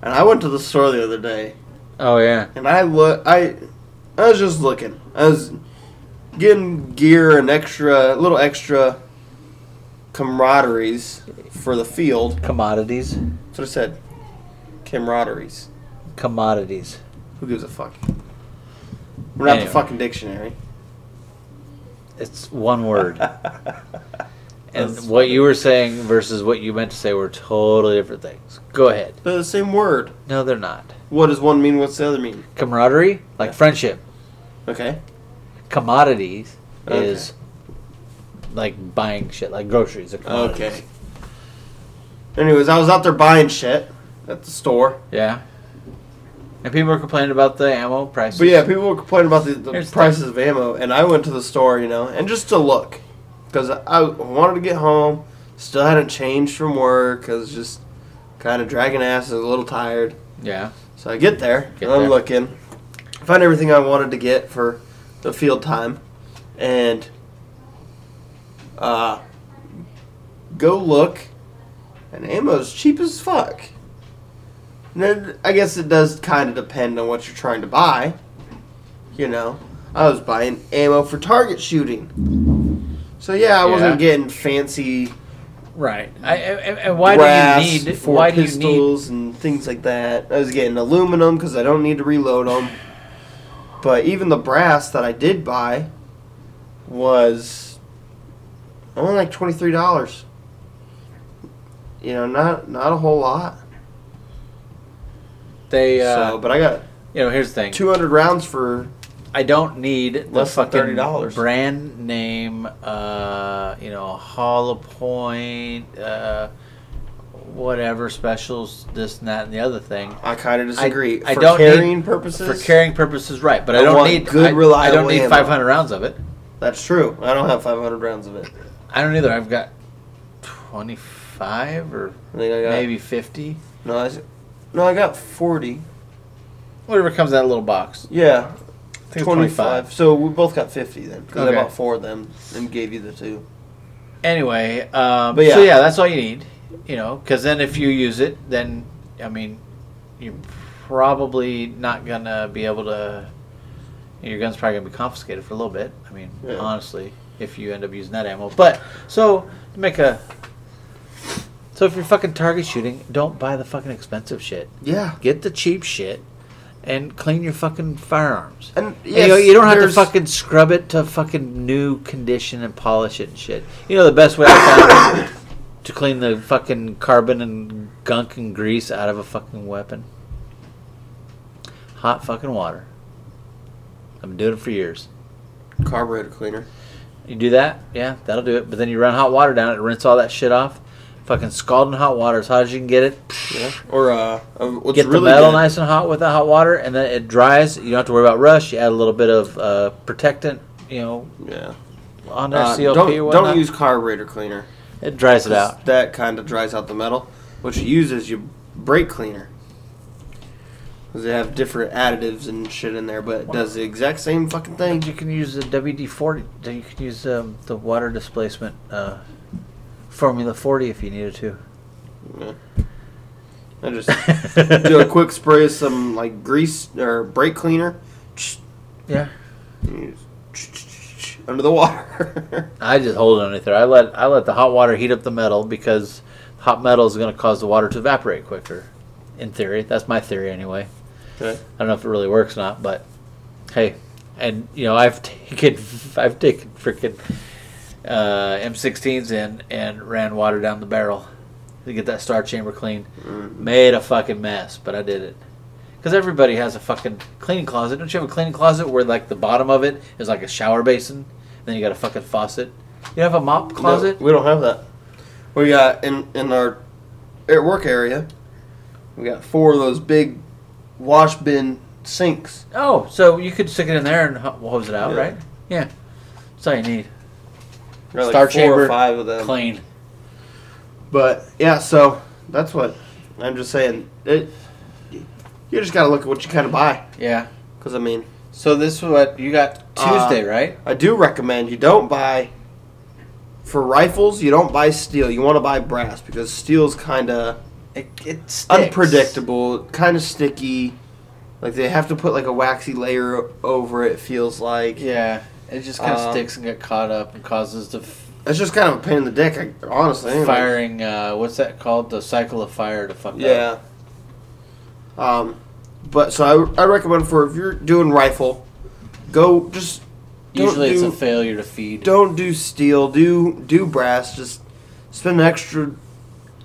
Speaker 1: and I went to the store the other day
Speaker 2: Oh yeah.
Speaker 1: and I look I I was just looking. I was getting gear and extra little extra camaraderies for the field.
Speaker 2: Commodities.
Speaker 1: That's what I said. Camaraderies.
Speaker 2: Commodities.
Speaker 1: Who gives a fuck? We're not
Speaker 2: Anyway.
Speaker 1: the fucking dictionary.
Speaker 2: It's one word. and
Speaker 1: That's
Speaker 2: what you were saying versus what you meant to say were totally different things. Go ahead.
Speaker 1: They're the same word.
Speaker 2: No, they're not.
Speaker 1: What does one mean? What's the other mean?
Speaker 2: Camaraderie, like friendship.
Speaker 1: Okay.
Speaker 2: Commodities
Speaker 1: Okay.
Speaker 2: is like buying shit, like groceries. Are commodities.
Speaker 1: Okay. Anyways, I was out there buying shit at the store.
Speaker 2: Yeah. And people are complaining about the ammo prices.
Speaker 1: But yeah, people were complaining about the, the
Speaker 2: Here's the-
Speaker 1: prices of ammo, and I went to the store, you know, and just to look, because I, I wanted to get home. Still hadn't changed from work. I was just kind of dragging ass. I was a little tired.
Speaker 2: Yeah.
Speaker 1: So I get there,
Speaker 2: Get
Speaker 1: and I'm
Speaker 2: there.
Speaker 1: looking. I find everything I wanted to get for the field time, and uh, go look, and ammo's cheap as fuck. And then I guess it does kind of depend on what you're trying to buy. You know, I was buying ammo for target shooting. So yeah, I wasn't
Speaker 2: Yeah.
Speaker 1: getting fancy
Speaker 2: Right. I, I, and why
Speaker 1: brass
Speaker 2: do you need?
Speaker 1: for
Speaker 2: Why do you need?
Speaker 1: pistols and things like that. I was getting aluminum because I don't need to reload them. But even the brass that I did buy was only like twenty three dollars. You know, not not a whole lot.
Speaker 2: They. Uh,
Speaker 1: So, but I got
Speaker 2: you know, here's the thing.
Speaker 1: two hundred rounds for
Speaker 2: I don't need the
Speaker 1: Less than
Speaker 2: fucking
Speaker 1: $30.
Speaker 2: brand name, uh, you know, Hollow Point, uh, whatever specials, this and that and the other thing.
Speaker 1: I kind of disagree.
Speaker 2: I
Speaker 1: for
Speaker 2: don't need-
Speaker 1: carrying purposes,
Speaker 2: For carrying purposes, right? But I,
Speaker 1: I
Speaker 2: don't
Speaker 1: want
Speaker 2: need
Speaker 1: good,
Speaker 2: I, I don't
Speaker 1: reliable
Speaker 2: need
Speaker 1: ammo.
Speaker 2: 500 rounds of it.
Speaker 1: that's true. I don't have five hundred rounds of it.
Speaker 2: I don't either. I've got 25 or
Speaker 1: I think I got
Speaker 2: maybe 50,
Speaker 1: no, I, no, I got forty.
Speaker 2: whatever comes in that little box.
Speaker 1: Yeah,
Speaker 2: I think it's
Speaker 1: 25. So we both got 50 then. Because
Speaker 2: Okay.
Speaker 1: I bought four of them and gave you the two.
Speaker 2: Anyway, um,
Speaker 1: But
Speaker 2: so
Speaker 1: yeah.
Speaker 2: yeah, that's all you need, you know, because then if you use it, then I mean, you're probably not gonna be able to. Your gun's probably gonna be confiscated for a little bit. I mean,
Speaker 1: Yeah.
Speaker 2: honestly, if you end up using that ammo, but so to make a. So if you're fucking target shooting, don't buy the fucking expensive shit.
Speaker 1: Yeah.
Speaker 2: Get the cheap shit, and clean your fucking firearms.
Speaker 1: And
Speaker 2: And, you, know,
Speaker 1: yes,
Speaker 2: you don't have to
Speaker 1: there's-
Speaker 2: fucking scrub it to fucking new condition and polish it and shit. You know the best way I found to clean the fucking carbon and gunk and grease out of a fucking weapon. Hot fucking water. I've been doing it for years.
Speaker 1: Carburetor cleaner.
Speaker 2: You do that, yeah, that'll do it. But then you run hot water down it, rinse all that shit off. Fucking scalding hot water as hot as you can get it.
Speaker 1: Yeah. Or, uh, um, what's
Speaker 2: get the
Speaker 1: really
Speaker 2: metal
Speaker 1: good-
Speaker 2: nice and hot with the hot water, and then it dries. You don't have to worry about rust. You add a little bit of uh, protectant, you know,
Speaker 1: Yeah.
Speaker 2: on their
Speaker 1: Uh,
Speaker 2: CLP
Speaker 1: don't,
Speaker 2: or whatnot.
Speaker 1: don't use carburetor cleaner.
Speaker 2: it dries it
Speaker 1: 'cause
Speaker 2: out.
Speaker 1: That kind of dries out the metal. What you use is your brake cleaner. Because they have different additives and shit in there, but it does the exact same fucking thing.
Speaker 2: You can use the WD forty. You can use um, the water displacement uh, formula forty if you needed to.
Speaker 1: I just do a quick spray of some like grease or brake cleaner
Speaker 2: Yeah,
Speaker 1: under the water.
Speaker 2: I just hold it underneath there. I let I let the hot water heat up the metal because hot metal is going to cause the water to evaporate quicker. In theory, that's my theory anyway.
Speaker 1: okay.
Speaker 2: I don't know if it really works or not, but hey, and you know I've taken I've taken freaking uh, M16s in and ran water down the barrel to get that star chamber clean.
Speaker 1: Mm-hmm.
Speaker 2: Made a fucking mess, but I did it. Because everybody has a fucking cleaning closet. Don't you have a cleaning closet where like the bottom of it is like a shower basin, and then you got a fucking faucet? You have a mop closet?
Speaker 1: No, we don't have that. We got in in our at work area. We got four of those big wash bin sinks.
Speaker 2: Oh, so you could stick it in there and ho- hose it out,
Speaker 1: Yeah.
Speaker 2: right? Yeah, that's all you need.
Speaker 1: There are, like,
Speaker 2: Star
Speaker 1: four
Speaker 2: chamber,
Speaker 1: or five of them.
Speaker 2: Clean.
Speaker 1: But yeah, so that's what I'm just saying. It, you just gotta look at what you kind of buy.
Speaker 2: Yeah.
Speaker 1: Because I mean,
Speaker 2: So this is what you got
Speaker 1: Um,
Speaker 2: Tuesday, right?
Speaker 1: I do recommend you don't buy for rifles. You don't buy steel. You want to buy brass because steel's kind of
Speaker 2: It, it sticks.
Speaker 1: unpredictable, kind of sticky. Like they have to put like a waxy layer o- over it. it Feels like
Speaker 2: Yeah, it just kind of
Speaker 1: Um,
Speaker 2: sticks and get caught up and causes the f-
Speaker 1: it's just kind of a pain in the dick. I, honestly, like-
Speaker 2: firing. Uh, what's that called? The cycle of fire to fuck up.
Speaker 1: yeah. Um, but so I, I recommend for if you're doing rifle, go just don't
Speaker 2: Usually it's
Speaker 1: do-
Speaker 2: a failure to feed.
Speaker 1: don't do steel. Do do brass. Just spend an extra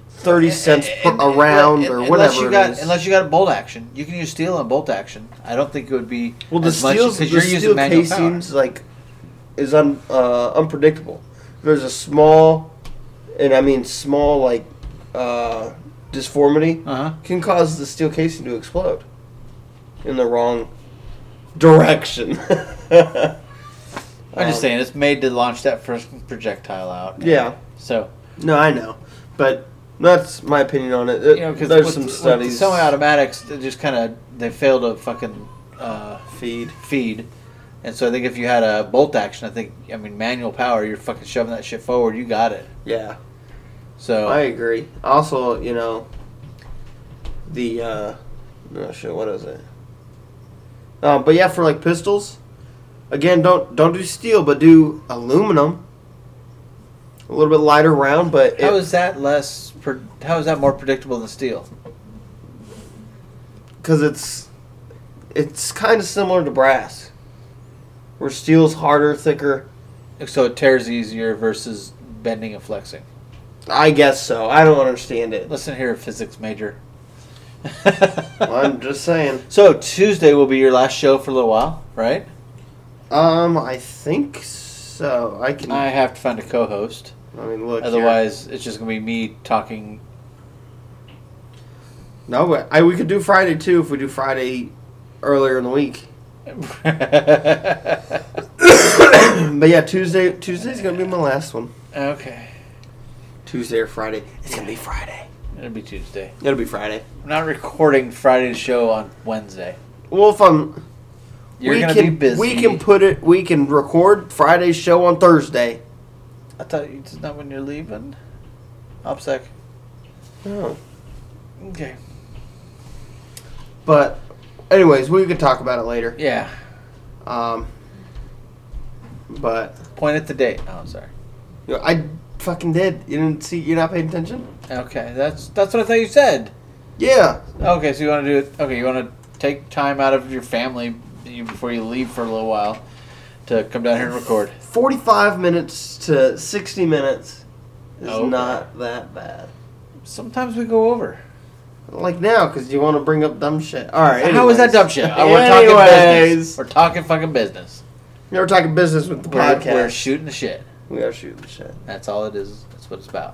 Speaker 1: thirty cents per,
Speaker 2: And-
Speaker 1: a
Speaker 2: and-
Speaker 1: round
Speaker 2: and-
Speaker 1: or
Speaker 2: unless
Speaker 1: whatever
Speaker 2: You
Speaker 1: it
Speaker 2: got,
Speaker 1: is.
Speaker 2: Unless you got a bolt action, you can use steel and bolt action. I don't think it would be
Speaker 1: well, the
Speaker 2: as much
Speaker 1: steel the
Speaker 2: because you're
Speaker 1: steel
Speaker 2: using manual power.
Speaker 1: casings like is un, uh, unpredictable. There's a small, and I mean small like uh, disformity
Speaker 2: Uh-huh.
Speaker 1: can cause the steel casing to explode in the wrong direction.
Speaker 2: I'm just
Speaker 1: Um,
Speaker 2: saying it's made to launch that first projectile out.
Speaker 1: Yeah.
Speaker 2: So
Speaker 1: No, I know, but that's my opinion on it. It-
Speaker 2: you know because
Speaker 1: there's some studies.
Speaker 2: semi-automatics they just kind of they fail to fucking. Uh,
Speaker 1: feed.
Speaker 2: feed. And so I think if you had a bolt action, I think I mean manual power, you're fucking shoving that shit forward. You got it.
Speaker 1: Yeah,
Speaker 2: So
Speaker 1: I agree. Also, you know, the uh, no shit. What is it? Um, but yeah, for like pistols, again, don't don't do steel, but do aluminum. A little bit lighter round, but it,
Speaker 2: how is that less? Pre- how is that more predictable than steel?
Speaker 1: because it's it's kind of similar to brass, where steel's harder, thicker.
Speaker 2: So it tears easier versus bending and flexing.
Speaker 1: I guess so. I don't understand it.
Speaker 2: Listen here, physics major.
Speaker 1: I'm just saying.
Speaker 2: so Tuesday will be your last show for a little while, right?
Speaker 1: Um, I think so. I can.
Speaker 2: I
Speaker 1: I,
Speaker 2: have to find a co-host.
Speaker 1: mean, look. Mm. here.
Speaker 2: Otherwise, it's just gonna be me talking.
Speaker 1: no. But I we could do Friday too if we do Friday earlier in the week. but yeah, Tuesday. Tuesday's gonna be my last one.
Speaker 2: okay,
Speaker 1: Tuesday or Friday. It's gonna be Friday.
Speaker 2: it'll be Tuesday.
Speaker 1: It'll be Friday.
Speaker 2: I'm not recording Friday's show on Wednesday.
Speaker 1: Well, if I'm.
Speaker 2: You're
Speaker 1: we
Speaker 2: gonna
Speaker 1: can,
Speaker 2: be busy.
Speaker 1: We can put it. We can record Friday's show on Thursday.
Speaker 2: I thought you just not when you're leaving. OPSEC.
Speaker 1: Oh.
Speaker 2: Okay.
Speaker 1: But, anyways, we could talk about it later.
Speaker 2: Yeah.
Speaker 1: Um. But
Speaker 2: Point at the date. Oh, I'm sorry.
Speaker 1: you know, I fucking did. You didn't see. You're not paying attention.
Speaker 2: Okay, that's that's what I thought you said.
Speaker 1: Yeah.
Speaker 2: Okay, so you want to do it? Okay, you want to take time out of your family you- before you leave for a little while to come down here and record.
Speaker 1: 45 minutes to 60 minutes is
Speaker 2: Okay.
Speaker 1: not that bad.
Speaker 2: Sometimes we go over.
Speaker 1: Like now, because you want to bring up dumb shit. All right.
Speaker 2: How was that
Speaker 1: anyways.
Speaker 2: dumb shit? Oh, we're talking business.
Speaker 1: anyways,
Speaker 2: We're talking fucking business.
Speaker 1: Now we're talking business with the
Speaker 2: We're,
Speaker 1: podcast.
Speaker 2: we're shooting the shit.
Speaker 1: we are shooting shit.
Speaker 2: That's all it is. That's what it's about.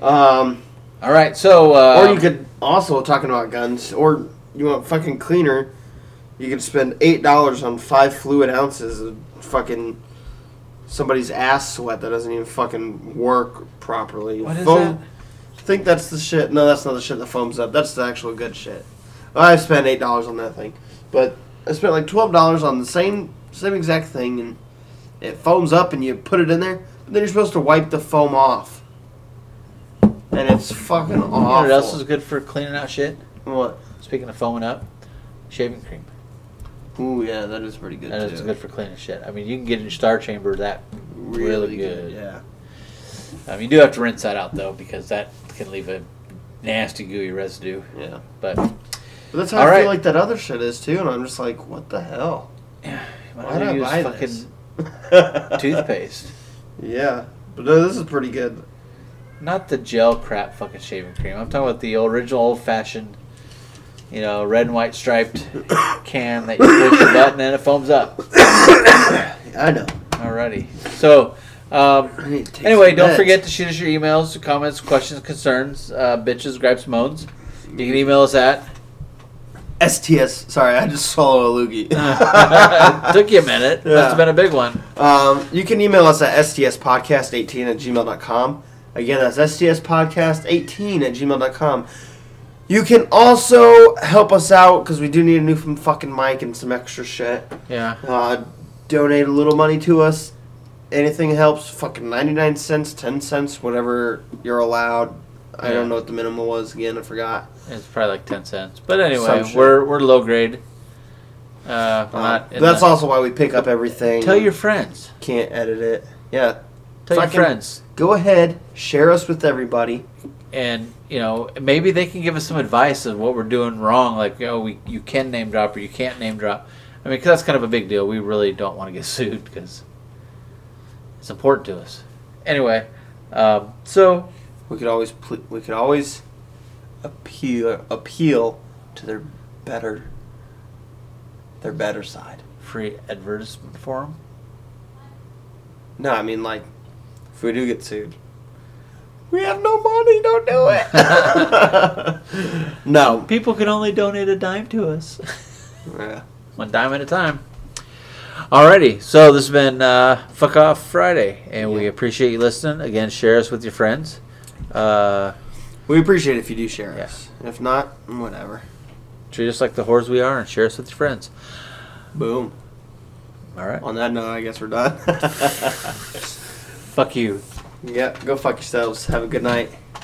Speaker 1: Um,
Speaker 2: All right, so uh,
Speaker 1: or you could also talking about guns, or you want fucking cleaner. You could spend eight dollars on five fluid ounces of fucking somebody's ass sweat that doesn't even fucking work properly.
Speaker 2: What is that?
Speaker 1: Think that's the shit. No, that's not the shit that foams up. That's the actual good shit. I spent eight dollars on that thing, but I spent like twelve dollars on the same same exact thing, and it foams up, and you put it in there, but then you're supposed to wipe the foam off, and it's fucking
Speaker 2: You know
Speaker 1: awful.
Speaker 2: what else is good for cleaning out shit?
Speaker 1: what?
Speaker 2: Speaking of foaming up, shaving cream.
Speaker 1: Ooh, yeah, that is pretty good.
Speaker 2: That
Speaker 1: too.
Speaker 2: is good for cleaning shit. I mean, you can get in your star chamber that.
Speaker 1: Really,
Speaker 2: really
Speaker 1: good.
Speaker 2: good.
Speaker 1: Yeah.
Speaker 2: Um, you do have to rinse that out though, because that can leave a nasty gooey residue.
Speaker 1: Yeah.
Speaker 2: But
Speaker 1: But that's how
Speaker 2: All
Speaker 1: I
Speaker 2: right.
Speaker 1: feel like that other shit is too, and I'm just like, what the hell?
Speaker 2: why do
Speaker 1: did I
Speaker 2: you use
Speaker 1: buy
Speaker 2: fucking
Speaker 1: this?
Speaker 2: toothpaste?
Speaker 1: Yeah, but no, this is pretty good.
Speaker 2: Not the gel crap fucking shaving cream. I'm talking about the original old fashioned, you know, red and white striped can that you push the button and it foams up.
Speaker 1: I know.
Speaker 2: Alrighty. So, um,
Speaker 1: I need to take
Speaker 2: anyway,
Speaker 1: some
Speaker 2: don't
Speaker 1: meds.
Speaker 2: forget to shoot us your emails, comments, questions, concerns, uh, bitches, gripes, moans. You can email us at.
Speaker 1: STS. Sorry, I just swallow a loogie.
Speaker 2: took you a minute. Must
Speaker 1: Yeah.
Speaker 2: have been a big one.
Speaker 1: Um, you can email us at stspodcast18 at gmail.com. Again, that's stspodcast18 at gmail.com. You can also help us out because we do need a new f- fucking mic and some extra shit.
Speaker 2: Yeah.
Speaker 1: Uh, donate a little money to us. Anything helps. Fucking 99 cents, 10 cents, whatever you're allowed. I
Speaker 2: Yeah.
Speaker 1: don't know what the minimum was again. I forgot.
Speaker 2: It's probably like ten cents. But
Speaker 1: Some
Speaker 2: anyway,
Speaker 1: shit.
Speaker 2: we're we're low grade. Uh, we're
Speaker 1: Uh,
Speaker 2: not. in
Speaker 1: that's
Speaker 2: the-
Speaker 1: also why we pick up everything.
Speaker 2: Tell your friends.
Speaker 1: Can't edit it. Yeah.
Speaker 2: Tell
Speaker 1: Fucking-
Speaker 2: your friends,
Speaker 1: Go ahead. Share us with everybody.
Speaker 2: and you know maybe they can give us some advice of what we're doing wrong. Like oh, we you can name drop or you can't name drop. I mean, 'cause that's kind of a big deal. We really don't want to get sued because it's important to us. Anyway, um, so
Speaker 1: We could always ple- we could always appeal appeal to their better their better side.
Speaker 2: free advertisement forum.
Speaker 1: No, I mean like if we do get sued, we have no money. Don't do it. no.
Speaker 2: Oh. People can only donate a dime to us.
Speaker 1: Yeah.
Speaker 2: one dime at a time. Alrighty, so this has been uh, Fuck Off Friday, and we
Speaker 1: Yeah.
Speaker 2: appreciate you listening. Again, share us with your friends. Uh,
Speaker 1: We appreciate it if you do share
Speaker 2: Yeah.
Speaker 1: us. If not, whatever.
Speaker 2: treat us like the whores we are, and share us with your friends.
Speaker 1: Boom.
Speaker 2: All right,
Speaker 1: On that note, I guess we're done.
Speaker 2: fuck you.
Speaker 1: yeah. Go fuck yourselves. Have a good night.